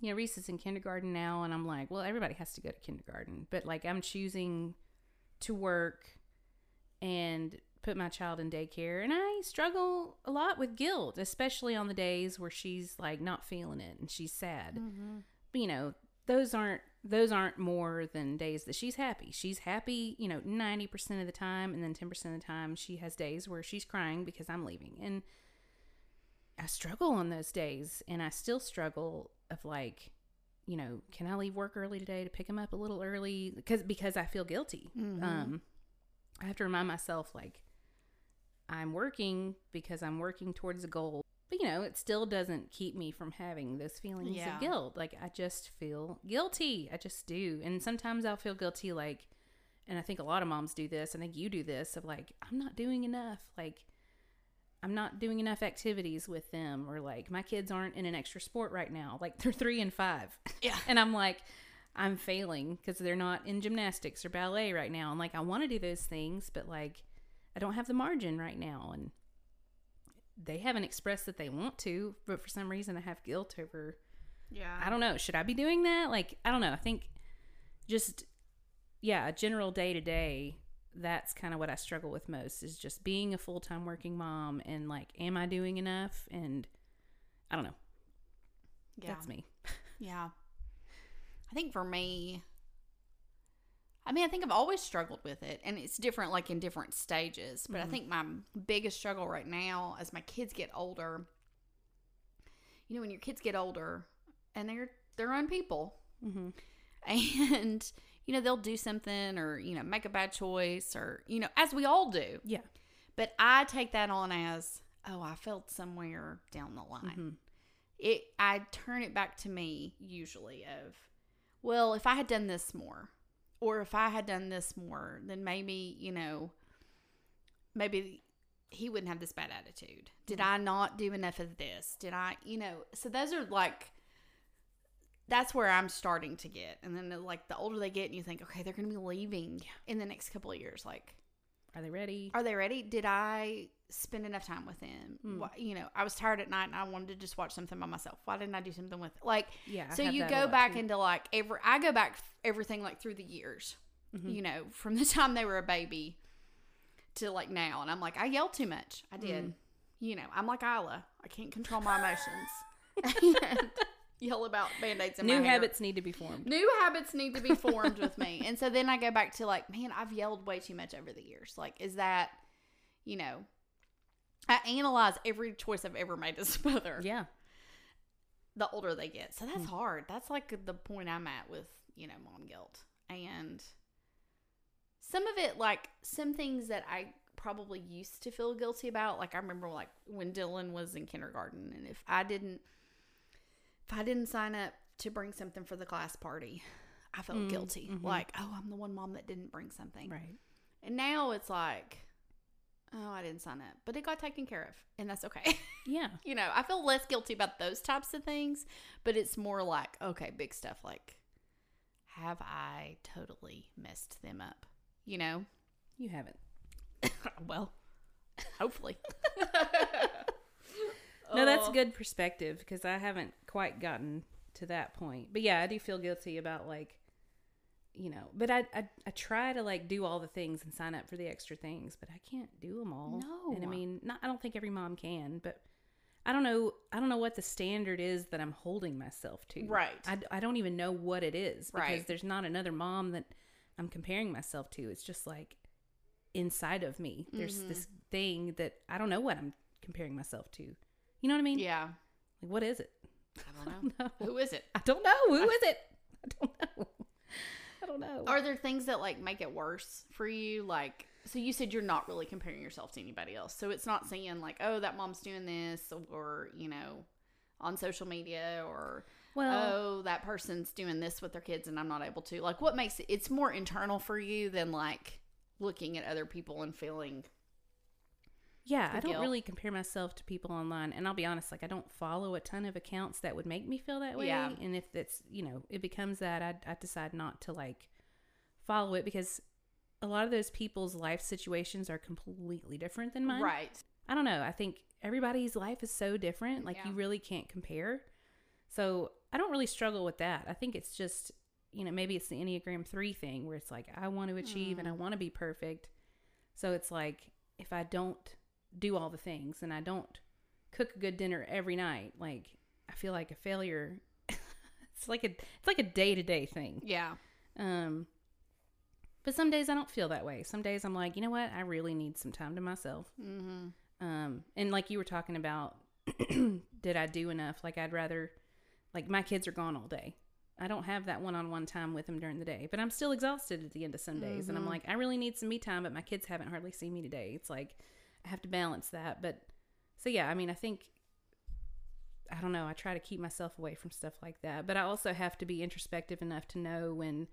A: you know Reese is in kindergarten now, and I'm like, well, everybody has to go to kindergarten, but like I'm choosing to work and put my child in daycare, and I struggle a lot with guilt, especially on the days where she's like not feeling it and she's sad you know those aren't those aren't more than days that she's happy she's happy you know 90% of the time and then 10% of the time she has days where she's crying because i'm leaving and i struggle on those days and i still struggle of like you know can i leave work early today to pick him up a little early because because i feel guilty
B: Mhm.
A: um i have to remind myself like i'm working because i'm working towards a goal but you know it still doesn't keep me from having those feelings
B: Yeah.
A: of guilt like i just feel guilty i just do and sometimes i'll feel guilty like and i think a lot of moms do this i think you do this of like i'm not doing enough like i'm not doing enough activities with them or like my kids aren't in an extra sport right now like they're three and five
B: Yeah.
A: and i'm like i'm failing because they're not in gymnastics or ballet right now and like i want to do those things but like i don't have the margin right now and they haven't expressed that they want to, but for some reason I have guilt over.
B: Yeah.
A: I don't know. Should I be doing that? Like, I don't know. I think just, yeah, general day to day, that's kind of what I struggle with most is just being a full time working mom and like, am I doing enough? And I don't know.
B: yeah.
A: That's me.
B: Yeah. I think for me, I mean, I think I've always struggled with it, and it's different, like in different stages. But
A: Mm-hmm.
B: I think my biggest struggle right now, as my kids get older, you know, when your kids get older, and they're their own people,
A: Mm-hmm.
B: and you know they'll do something or you know make a bad choice or you know as we all do.
A: Yeah.
B: But I take that on as, oh, I felt somewhere down the line
A: Mhm.
B: it I turn it back to me usually of well if I had done this more or if I had done this more then maybe you know maybe he wouldn't have this bad attitude did I not do enough of this did I you know so those are like that's where I'm starting to get and then like the older they get and you think okay they're going to be leaving in the next couple of years like
A: Are they ready?
B: are they ready? Did I spend enough time with them?
A: Mm.
B: Why, you know, I was tired at night and I wanted to just watch something by myself. Why didn't I do something with Like,
A: yeah. I
B: so
A: have
B: you
A: that a
B: go
A: lot,
B: back
A: too.
B: into like every, I go back f- everything like through the years,
A: Mhm.
B: you know, from the time they were a baby to like now. And I'm like, I yelled too much. I did.
A: Mm.
B: You know, I'm like Isla. I can't control my emotions. And yell about band aids and
A: new
B: my hair.
A: habits need to be formed.
B: New habits need to be formed with me. And so then I go back to like, man, I've yelled way too much over the years. Like, is that, you know, I analyze every choice I've ever made as a mother
A: Yeah.
B: the older they get. So
A: Hmm.
B: that's hard. That's like the point I'm at with, you know, mom guilt. And some of it, like some things that I probably used to feel guilty about. Like I remember like when Dylan was in kindergarten and if I didn't if I didn't sign up to bring something for the class party, I felt
A: Mm,
B: guilty.
A: mhm.
B: Like, oh, I'm the one mom that didn't bring something.
A: Right.
B: And now it's like, oh, I didn't sign up. But it got taken care of. And that's okay.
A: Yeah.
B: you know, I feel less guilty about those types of things, but it's more like, okay, big stuff like, have I totally messed them up? You know?
A: You haven't.
B: well, hopefully.
A: No, that's
B: Oh.
A: good perspective because I haven't quite gotten to that point. But yeah, I do feel guilty about like, you know, but I, I I try to like do all the things and sign up for the extra things, but I can't do them all. and I
B: No.
A: mean, not I don't think every mom can, but I don't know I don't know what the standard is that I'm holding myself to.
B: Right.
A: I, I don't even know what it is because
B: Right.
A: there's not another mom that I'm comparing myself to. It's just like inside of me. There's
B: Mhm.
A: this thing that I don't know what I'm comparing myself to. You know what I mean?
B: Yeah.
A: Like, what is it?
B: I don't know.
A: No.
B: Who is it?
A: I don't know. Who is it? I don't know. I don't know.
B: Are there things that like make it worse for you? Like, so you said you're not really comparing yourself to anybody else. So it's not saying like, oh, that mom's doing this or, you know, on social media or
A: well,
B: oh, that person's doing this with their kids and I'm not able to. Like, what makes it, it's more internal for you than like looking at other people and feeling
A: Yeah, I
B: the
A: don't
B: guilt.
A: really compare myself to people online, and I'll be honest, like I don't follow a ton of accounts that would make me feel that way.
B: Yeah.
A: And if it's you know it becomes that, I I decide not to like follow it because a lot of those people's life situations are completely different than mine.
B: Right.
A: I don't know. I think everybody's life is so different. Like
B: Yeah.
A: you really can't compare. So I don't really struggle with that. I think it's just, you know, maybe it's the Enneagram 3 thing where it's like, I want to achieve and I want to be perfect. So it's like, if I don't do all the things and I don't cook a good dinner every night, like I feel like a failure. it's like a, it's like a day to day thing.
B: Yeah.
A: Um, but some days I don't feel that way. Some days I'm like, you know what? I really need some time to myself.
B: Mm-hmm.
A: Um, and like you were talking about, did I do enough? Like I'd rather, like my kids are gone all day. I don't have that one-on-one time with them during the day, but I'm still exhausted at the end of some days, and I'm
B: Mhm.
A: like, I really need some me time, but my kids haven't hardly seen me today. It's like I have to balance that. But so yeah, I mean, I think I don't know. I try to keep myself away from stuff like that, but I also have to be introspective enough to know when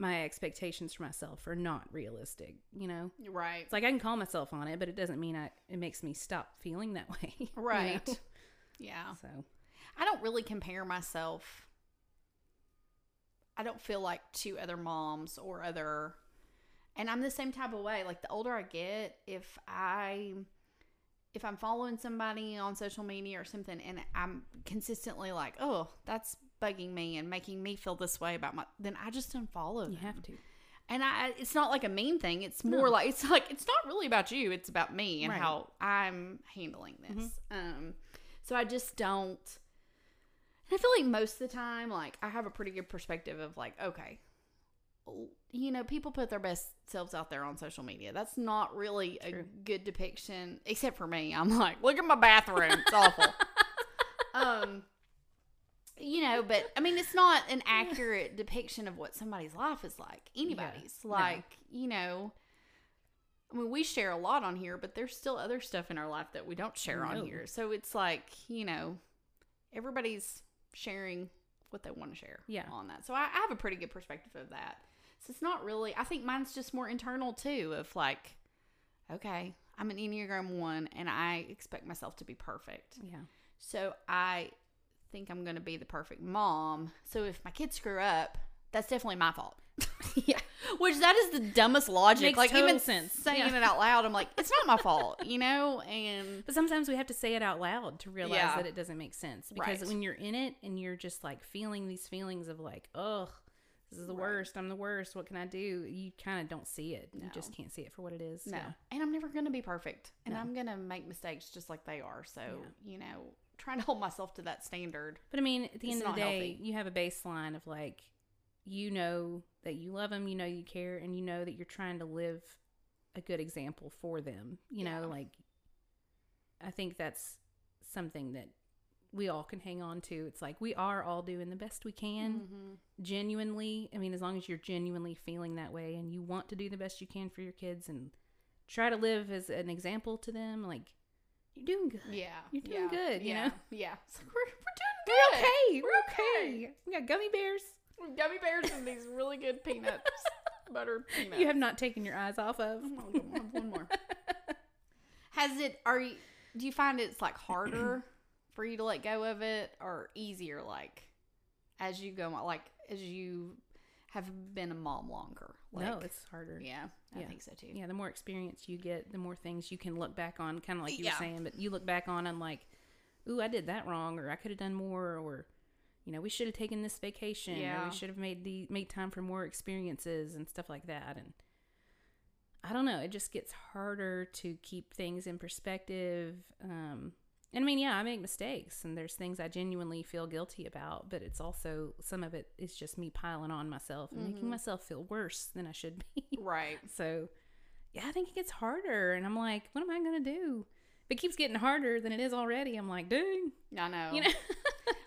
A: my expectations for myself are not realistic. You know.
B: Right.
A: It's like I can call myself on it, but it doesn't mean I. It makes me stop feeling that way, you know?
B: Right. Yeah.
A: So
B: I don't really compare myself. I don't feel like to other moms or other. And I'm the same type of way. Like the older I get, if I if I'm following somebody on social media or something and I'm consistently like, "Oh, that's bugging me and making me feel this way about my," then I just unfollow.
A: you
B: them.
A: have to.
B: And I, it's not like a mean thing. It's more
A: No.
B: like it's like it's not really about you. It's about me and
A: Right. Mm-hmm.
B: how I'm handling this. Um, so I just don't. And I feel like most of the time, like I have a pretty good perspective of like, okay, l- you know, people put their best selves out there on social media. That's not really
A: True.
B: a good depiction, except for me. I'm like, look at my bathroom. It's awful. um, you know, but I mean, it's not an accurate depiction of what somebody's life is like. Anybody's
A: no.
B: like, you know. I mean, we share a lot on here, but there's still other stuff in our life that we don't share
A: No.
B: on here. So it's like, you know, everybody's sharing what they want to share
A: Yeah.
B: on that. So I, I have a pretty good perspective of that. So it's not really, I think mine's just more internal too, of like, okay, I'm an Enneagram one and I expect myself to be perfect.
A: Yeah.
B: So I think I'm going to be the perfect mom. So if my kids screw up, that's definitely my fault. yeah. Which that is the dumbest logic.
A: Makes
B: like
A: total
B: even
A: sense.
B: saying
A: Yeah.
B: it out loud, I'm like, it's not my fault, you know? And
A: But sometimes we have to say it out loud to realize
B: Yeah.
A: that it doesn't make sense. Because
B: Right.
A: when you're in it and you're just like feeling these feelings of like, ugh, this is the
B: Right.
A: worst. I'm the worst. What can I do? You kind of don't see it. You
B: No.
A: just can't see it for what it is.
B: no.
A: Yeah.
B: And I'm never going to be perfect. And
A: No.
B: I'm going to make mistakes just like they are. So,
A: Yeah.
B: you know, trying to hold myself to that standard.
A: But I mean, at the
B: It's
A: end of
B: not
A: the day,
B: healthy.
A: you have a baseline of like, you know that you love them, you know you care, and you know that you're trying to live a good example for them. You
B: Yeah.
A: know, like, I think that's something that we all can hang on to. It's like we are all doing the best we can,
B: Mm-hmm.
A: genuinely. I mean, as long as you're genuinely feeling that way and you want to do the best you can for your kids and try to live as an example to them, like, you're doing good.
B: Yeah.
A: You're doing
B: yeah,
A: good, you
B: yeah.
A: know?
B: Yeah. So we're, we're doing
A: We're
B: good.
A: okay. We're
B: We're
A: okay. We got gummy bears.
B: Gummy bears and these really good peanuts, buttered peanuts.
A: you have not taken your eyes off of.
B: Oh, I don't have one more. Has it? Are you? Do you find it's like harder for you to let go of it, or easier? Like as you go, on- like as you have been a mom longer. Like,
A: no, it's harder. Yeah.
B: yeah, I
A: yeah.
B: think so too.
A: the more experience you get, the more things you can look back on, kind of like you
B: Yeah.
A: were saying, but you look back on and like, ooh, I did that wrong, or I could have done more, or, you know, we should have taken this vacation, or
B: Yeah.
A: we should have made the made time for more experiences and stuff like that. And I don't know, it just gets harder to keep things in perspective. Um, and I mean, yeah, I make mistakes, and there's things I genuinely feel guilty about, but it's also some of it is just me piling on myself and
B: Mm-hmm.
A: making myself feel worse than I should be.
B: Right.
A: so, yeah, I think it gets harder, and I'm like, what am I gonna do? If it keeps getting harder than it is already, I'm like, dang,
B: I know.
A: you know.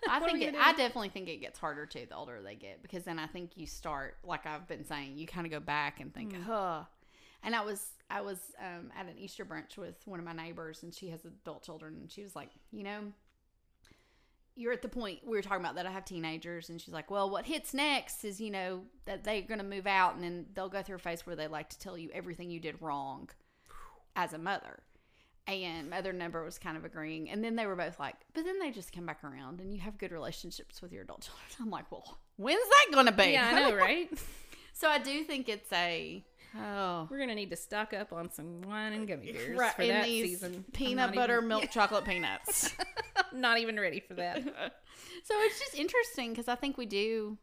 B: I
A: What are
B: think
A: we
B: it,
A: gonna
B: I
A: do?
B: definitely think it gets harder too the older they get because then I think you start like I've been saying you kind of go back and think
A: Mm.
B: huh and I was I was um, at an Easter brunch with one of my neighbors and she has adult children and she was like you know you're at the point we were talking about that I have teenagers and she's like well what hits next is you know that they're gonna move out and then they'll go through a phase where they like to tell you everything you did wrong as a mother and my other number was kind of agreeing. And then they were both like, but then they just come back around and you have good relationships with your adult children. I'm like, well, when's that going to be?
A: Yeah, I know, right?
B: so I do think it's a. Oh,
A: We're gonna need to stock up on some wine and gummy bears
B: right
A: for
B: in
A: that
B: these
A: season. I'm
B: peanut
A: not
B: butter
A: even-
B: milk chocolate peanuts.
A: Not even ready for that.
B: so it's just interesting because I think we do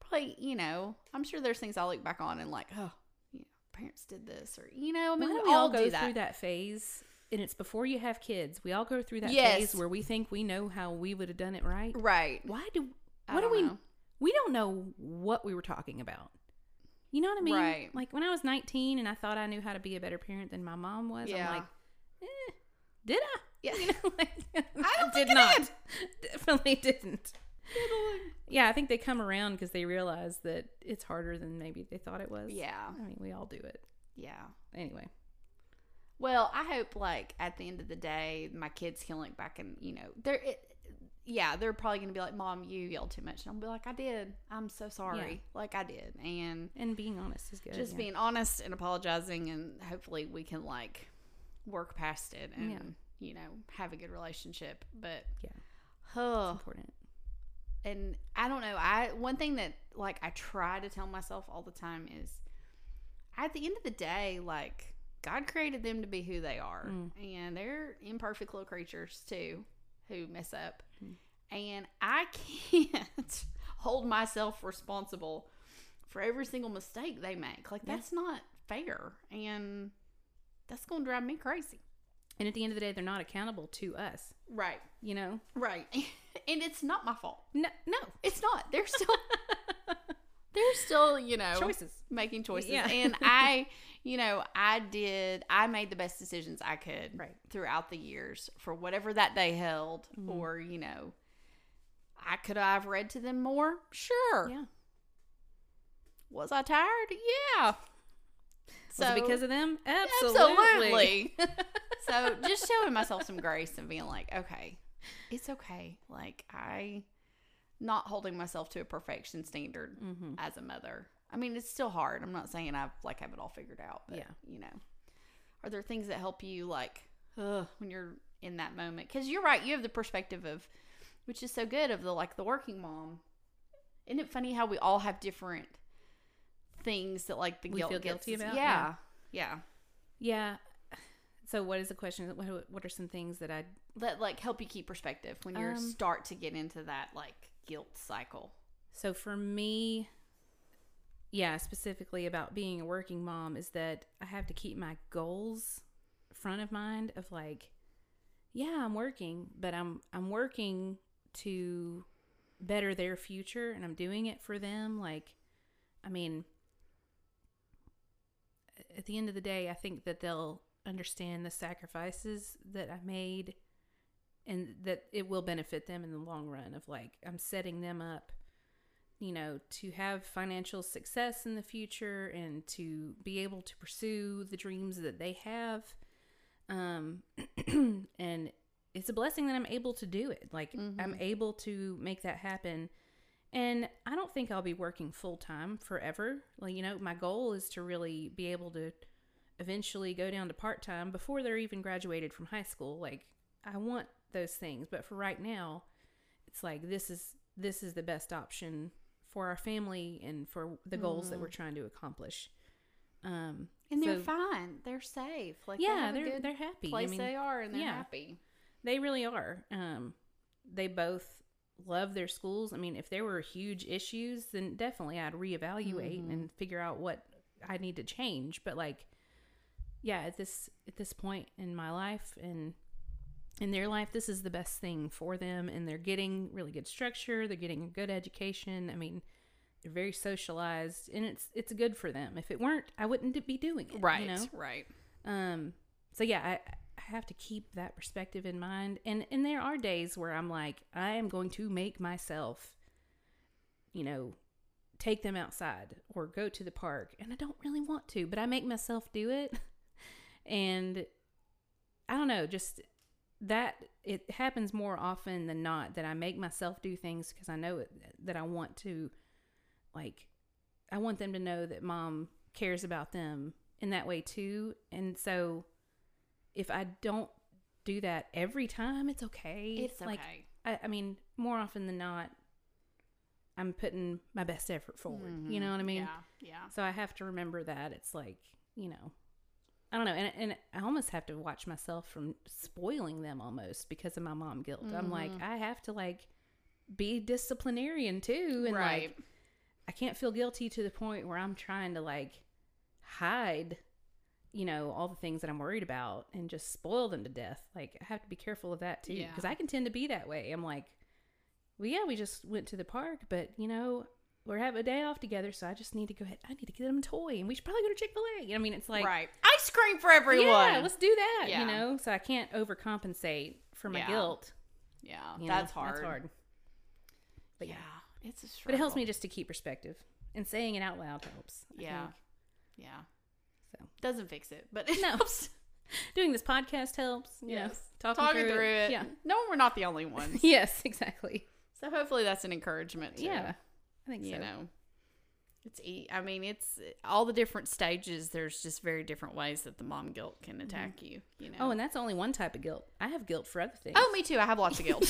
B: probably, you know, I'm sure there's things I look back on and like, oh, you know, parents did this or you know, I
A: Why
B: mean,
A: do
B: we all
A: go
B: do
A: through
B: that.
A: that phase? And it's before you have kids. We all go through that
B: Yes.
A: phase where we think we know how we would have done it right.
B: Right.
A: Why do?
B: I
A: What do
B: don't
A: we?
B: know.
A: We don't know what we were talking about. You know what I mean?
B: Right.
A: Like when I was 19 and I thought I knew how to be a better parent than my mom was.
B: Yeah.
A: I'm like, eh, did I?
B: Yeah.
A: You know, like,
B: don't
A: did
B: think I
A: not. Definitely didn't. Yeah, I think they come around because they realize that it's harder than maybe they thought it was.
B: Yeah.
A: I mean, we all do it.
B: Yeah.
A: Anyway.
B: Well, I hope like at the end of the day, my kids can look back and you know they're, it, yeah, they're probably gonna be like, "Mom, you yelled too much," and I'll be like, "I did. I'm so sorry. Like I did." And
A: And being honest is good.
B: just
A: yeah.
B: being honest and apologizing, and hopefully we can like work past it and
A: Yeah.
B: you know have a good relationship. But
A: Yeah. It's
B: oh,
A: important.
B: and I don't know. I one thing that like I try to tell myself all the time is at the end of the day, like God created them to be who they are,
A: Mm.
B: and they're imperfect little creatures too who mess up.
A: Mm.
B: And I can't hold myself responsible for every single mistake they make. Like
A: Yeah.
B: that's not fair, and that's going to drive me crazy.
A: And at the end of the day, they're not accountable to us.
B: Right,
A: You know?
B: right. and it's not my fault.
A: No, no.
B: It's not. They're still they're still, you know,
A: Choices.
B: making choices.
A: Yeah.
B: And I, you know, I did I made the best decisions I could
A: Right.
B: throughout the years for whatever that day held
A: Mhm.
B: or, you know, I could have read to them more. Sure.
A: Yeah.
B: Was I tired? Yeah.
A: So because of them? Absolutely.
B: Absolutely. so just showing myself some grace and being like, okay, it's okay. Like I not holding myself to a perfection standard
A: Mm-hmm.
B: as a mother. I mean, it's still hard. I'm not saying I've like have it all figured out, but
A: Yeah.
B: you know. Are there things that help you like ugh, when you're in that moment? Cuz you're right, you have the perspective of which is so good of the like the working mom. Isn't it funny how we all have different things that like the
A: We
B: guilt
A: feel
B: gets
A: guilty
B: us-
A: about?
B: Yeah. Yeah.
A: Yeah. So what is the question? What, what are some things that I
B: that like help you keep perspective when you
A: Um,
B: start to get into that like guilt cycle.
A: So for me, yeah, specifically about being a working mom is that I have to keep my goals front of mind of like, yeah, I'm working, but I'm I'm working to better their future and I'm doing it for them. Like, I mean, at the end of the day, I think that they'll understand the sacrifices that I made and that it will benefit them in the long run of like I'm setting them up you know to have financial success in the future and to be able to pursue the dreams that they have um and it's a blessing that I'm able to do it like I'm
B: Mhm.
A: able to make that happen and I don't think I'll be working full time forever like you know my goal is to really be able to eventually go down to part time before they're even graduated from high school. Like I want those things, but for right now, it's like this is this is the best option for our family and for the goals that
B: Mm.
A: we're trying to accomplish. Um,
B: And they're
A: so-
B: fine. They're safe. Like
A: yeah, they
B: they have a
A: are
B: good
A: they're happy. I
B: place
A: mean,
B: they are and they're
A: yeah.
B: happy.
A: they really are. Um, they both love their schools. I mean, if there were huge issues, then definitely I'd reevaluate
B: Mhm.
A: and figure out what I need to change. But like, yeah, at this at this point in my life and in their life, this is the best thing for them, and they're getting really good structure. They're getting a good education. I mean, they're very socialized, and it's it's good for them. If it weren't, I wouldn't be doing it. you
B: Right.
A: know?
B: Right.
A: Um, so yeah, I, I have to keep that perspective in mind. And and there are days where I'm like, I am going to make myself, you know, take them outside or go to the park, and I don't really want to, but I make myself do it. And I don't know, just that it happens more often than not that I make myself do things because I know it, that I want to, like, I want them to know that mom cares about them in that way too. And so if I don't do that every time, it's okay.
B: It's
A: Like,
B: okay.
A: I, I mean, more often than not, I'm putting my best effort forward. You
B: Mhm.
A: know what I mean?
B: yeah, yeah.
A: So I have to remember that. It's like, you know, I don't know. And, and I almost have to watch myself from spoiling them almost because of my mom guilt. I'm like,
B: Mhm.
A: I have to like be disciplinarian too. And
B: right.
A: like, I can't feel guilty to the point where I'm trying to like hide, you know, all the things that I'm worried about and just spoil them to death. Like I have to be careful of that too
B: Yeah.
A: because I can tend to be that way. I'm like, well, yeah, we just went to the park, but you know, we're having a day off together, so I just need to go ahead. I need to get them a toy, and we should probably go to Chick Fil A. You know, I mean, it's like,
B: right. Ice cream for everyone.
A: yeah, let's do that.
B: Yeah.
A: You know, so I can't overcompensate for my
B: Yeah.
A: guilt.
B: Yeah,
A: you know?
B: that's hard.
A: That's hard. But
B: yeah.
A: yeah.
B: it's a struggle.
A: But it helps me just to keep perspective, and saying it out loud helps. I
B: Yeah.
A: think.
B: Yeah.
A: So.
B: doesn't fix it, but it
A: No.
B: helps.
A: Doing this podcast helps. You
B: Yes.
A: know, talking,
B: Talking
A: through, it.
B: Yeah.
A: Yeah.
B: Knowing we're not the only ones.
A: yes, exactly.
B: So hopefully that's an encouragement. To,
A: Yeah, I think
B: You
A: so.
B: know, it's, e- I mean, it's all the different stages. There's just very different ways that the mom guilt can attack you, you know.
A: Mm-hmm. Oh, and that's only one type of guilt. I have guilt for other things.
B: oh, me too. I have lots of guilt.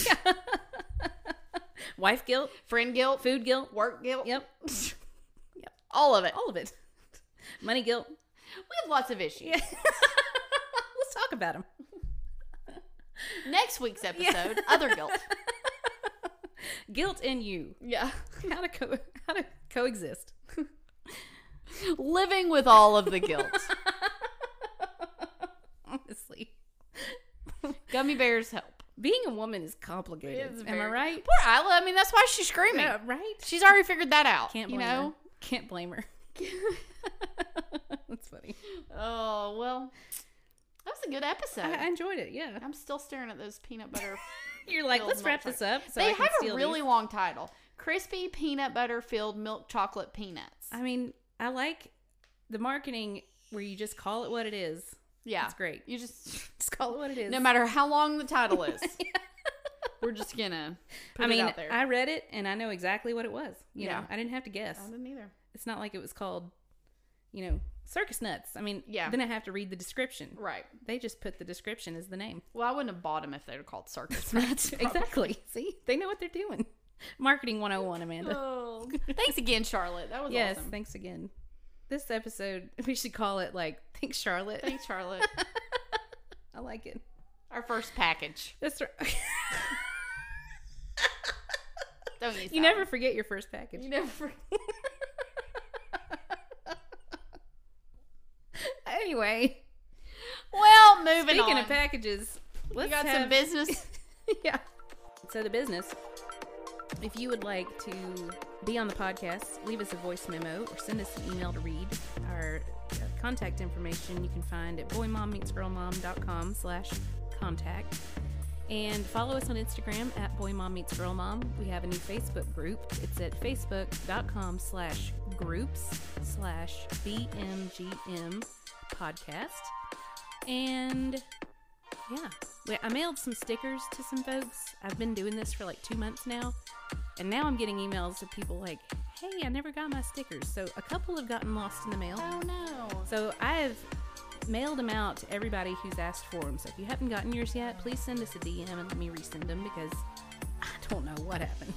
A: wife guilt,
B: Friend guilt,
A: food guilt.
B: work guilt.
A: Yep,
B: All of it.
A: all of it. Money guilt.
B: We have lots of issues.
A: Yeah. Let's talk about them.
B: Next week's episode, other guilt.
A: Guilt in you.
B: Yeah.
A: How to co- how to coexist.
B: Living with all of the guilt.
A: Honestly,
B: Gummy bears help.
A: being a woman is complicated.
B: It's
A: Am I
B: very-
A: right?
B: Poor Isla. I mean, that's why she's screaming.
A: Yeah, right.
B: She's already figured that out.
A: Can't
B: you
A: blame
B: know.
A: her. Can't blame her. That's funny.
B: Oh well, that was a good episode.
A: I, I
B: I,
A: enjoyed it. Yeah.
B: am still staring at those peanut butter.
A: You're like,
B: Filled
A: let's wrap
B: milk
A: this up. So
B: they
A: I can
B: have a
A: steal
B: really
A: these."
B: long title: crispy peanut butter filled milk chocolate peanuts.
A: I mean, I like the marketing where you just call it what it is.
B: yeah,
A: It's great.
B: you just
A: Just call it what it is.
B: no matter how long the title is, we're just gonna. Put
A: I mean,
B: it out there.
A: I read it and I know exactly what it was. You
B: Yeah.
A: know, I didn't have to guess.
B: didn't either.
A: It's not like it was called, you know, circus nuts. I mean,
B: Yeah.
A: Then I have to read the description.
B: Right.
A: They just put the description as the name.
B: Well, I wouldn't have bought them if they were called circus nuts.
A: Exactly. See, they know what they're doing. Marketing 101, Amanda.
B: Oh. Thanks again, Charlotte. That was
A: yes.
B: awesome.
A: Thanks again. This episode, we should call it like "Thanks, Charlotte."
B: Thanks, Charlotte.
A: I like it.
B: Our first package.
A: That's right.
B: Don't use
A: you
B: that
A: never
B: one.
A: forget your first package.
B: You never.
A: Anyway,
B: well, moving
A: speaking
B: on.
A: of packages, let's
B: you got some
A: have-
B: business.
A: yeah. So the business. If you would like to be on the podcast, leave us a voice memo or send us an email to read. Our uh, contact information you can find at boymommeetsgirlmom.com slash contact. And follow us on Instagram at boymommeetsgirlmom. We have a new Facebook group. It's at facebook.com slash groups slash BMGM podcast. And yeah. Wait, I mailed some stickers to some folks. I've been doing this for like two months now. And now I'm getting emails of people like, hey, I never got my stickers. So a couple have gotten lost in the mail.
B: Oh no.
A: So I have mailed them out to everybody who's asked for them. So if you haven't gotten yours yet, please send us a DM and let me resend them because I don't know what happened.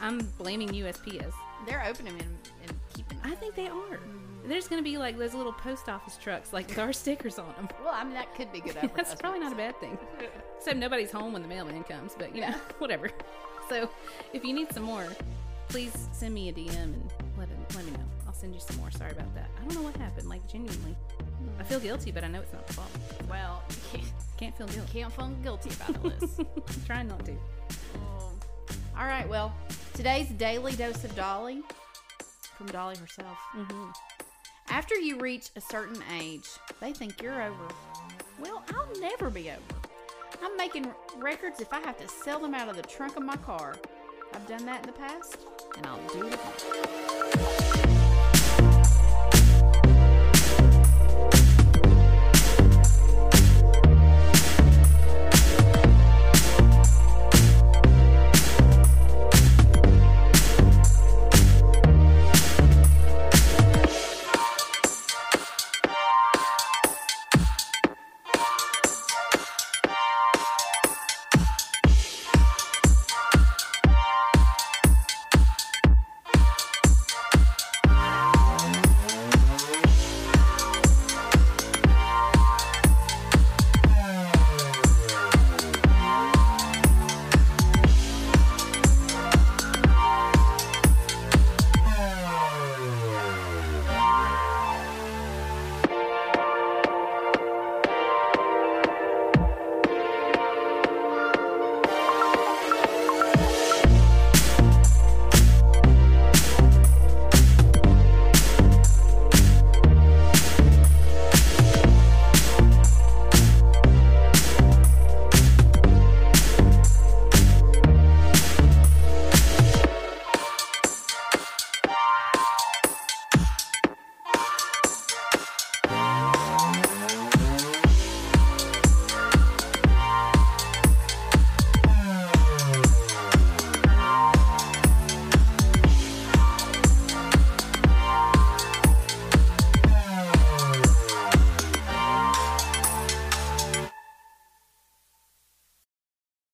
A: I'm blaming USPS.
B: They're opening and, and keeping.
A: I think they are. There's going to be like those little post office trucks like with our stickers on them.
B: Well, I mean that could be good advertisement.
A: That's probably not a bad thing. Except nobody's home when the mailman comes, but you know, whatever. So if you need some more, please send me a DM and let, it, let me know. I'll send you some more. Sorry about that. I don't know what happened, like genuinely. I feel guilty, but I know it's not the fault.
B: Well, you can't,
A: Can't feel guilty.
B: can't feel guilty about all this.
A: I'm trying not to.
B: Oh. All right. Well, today's daily dose of Dolly from Dolly herself.
A: Mhm.
B: After you reach a certain age, they think you're over. Well, I'll never be over. I'm making records if I have to sell them out of the trunk of my car. I've done that in the past, and I'll do it again.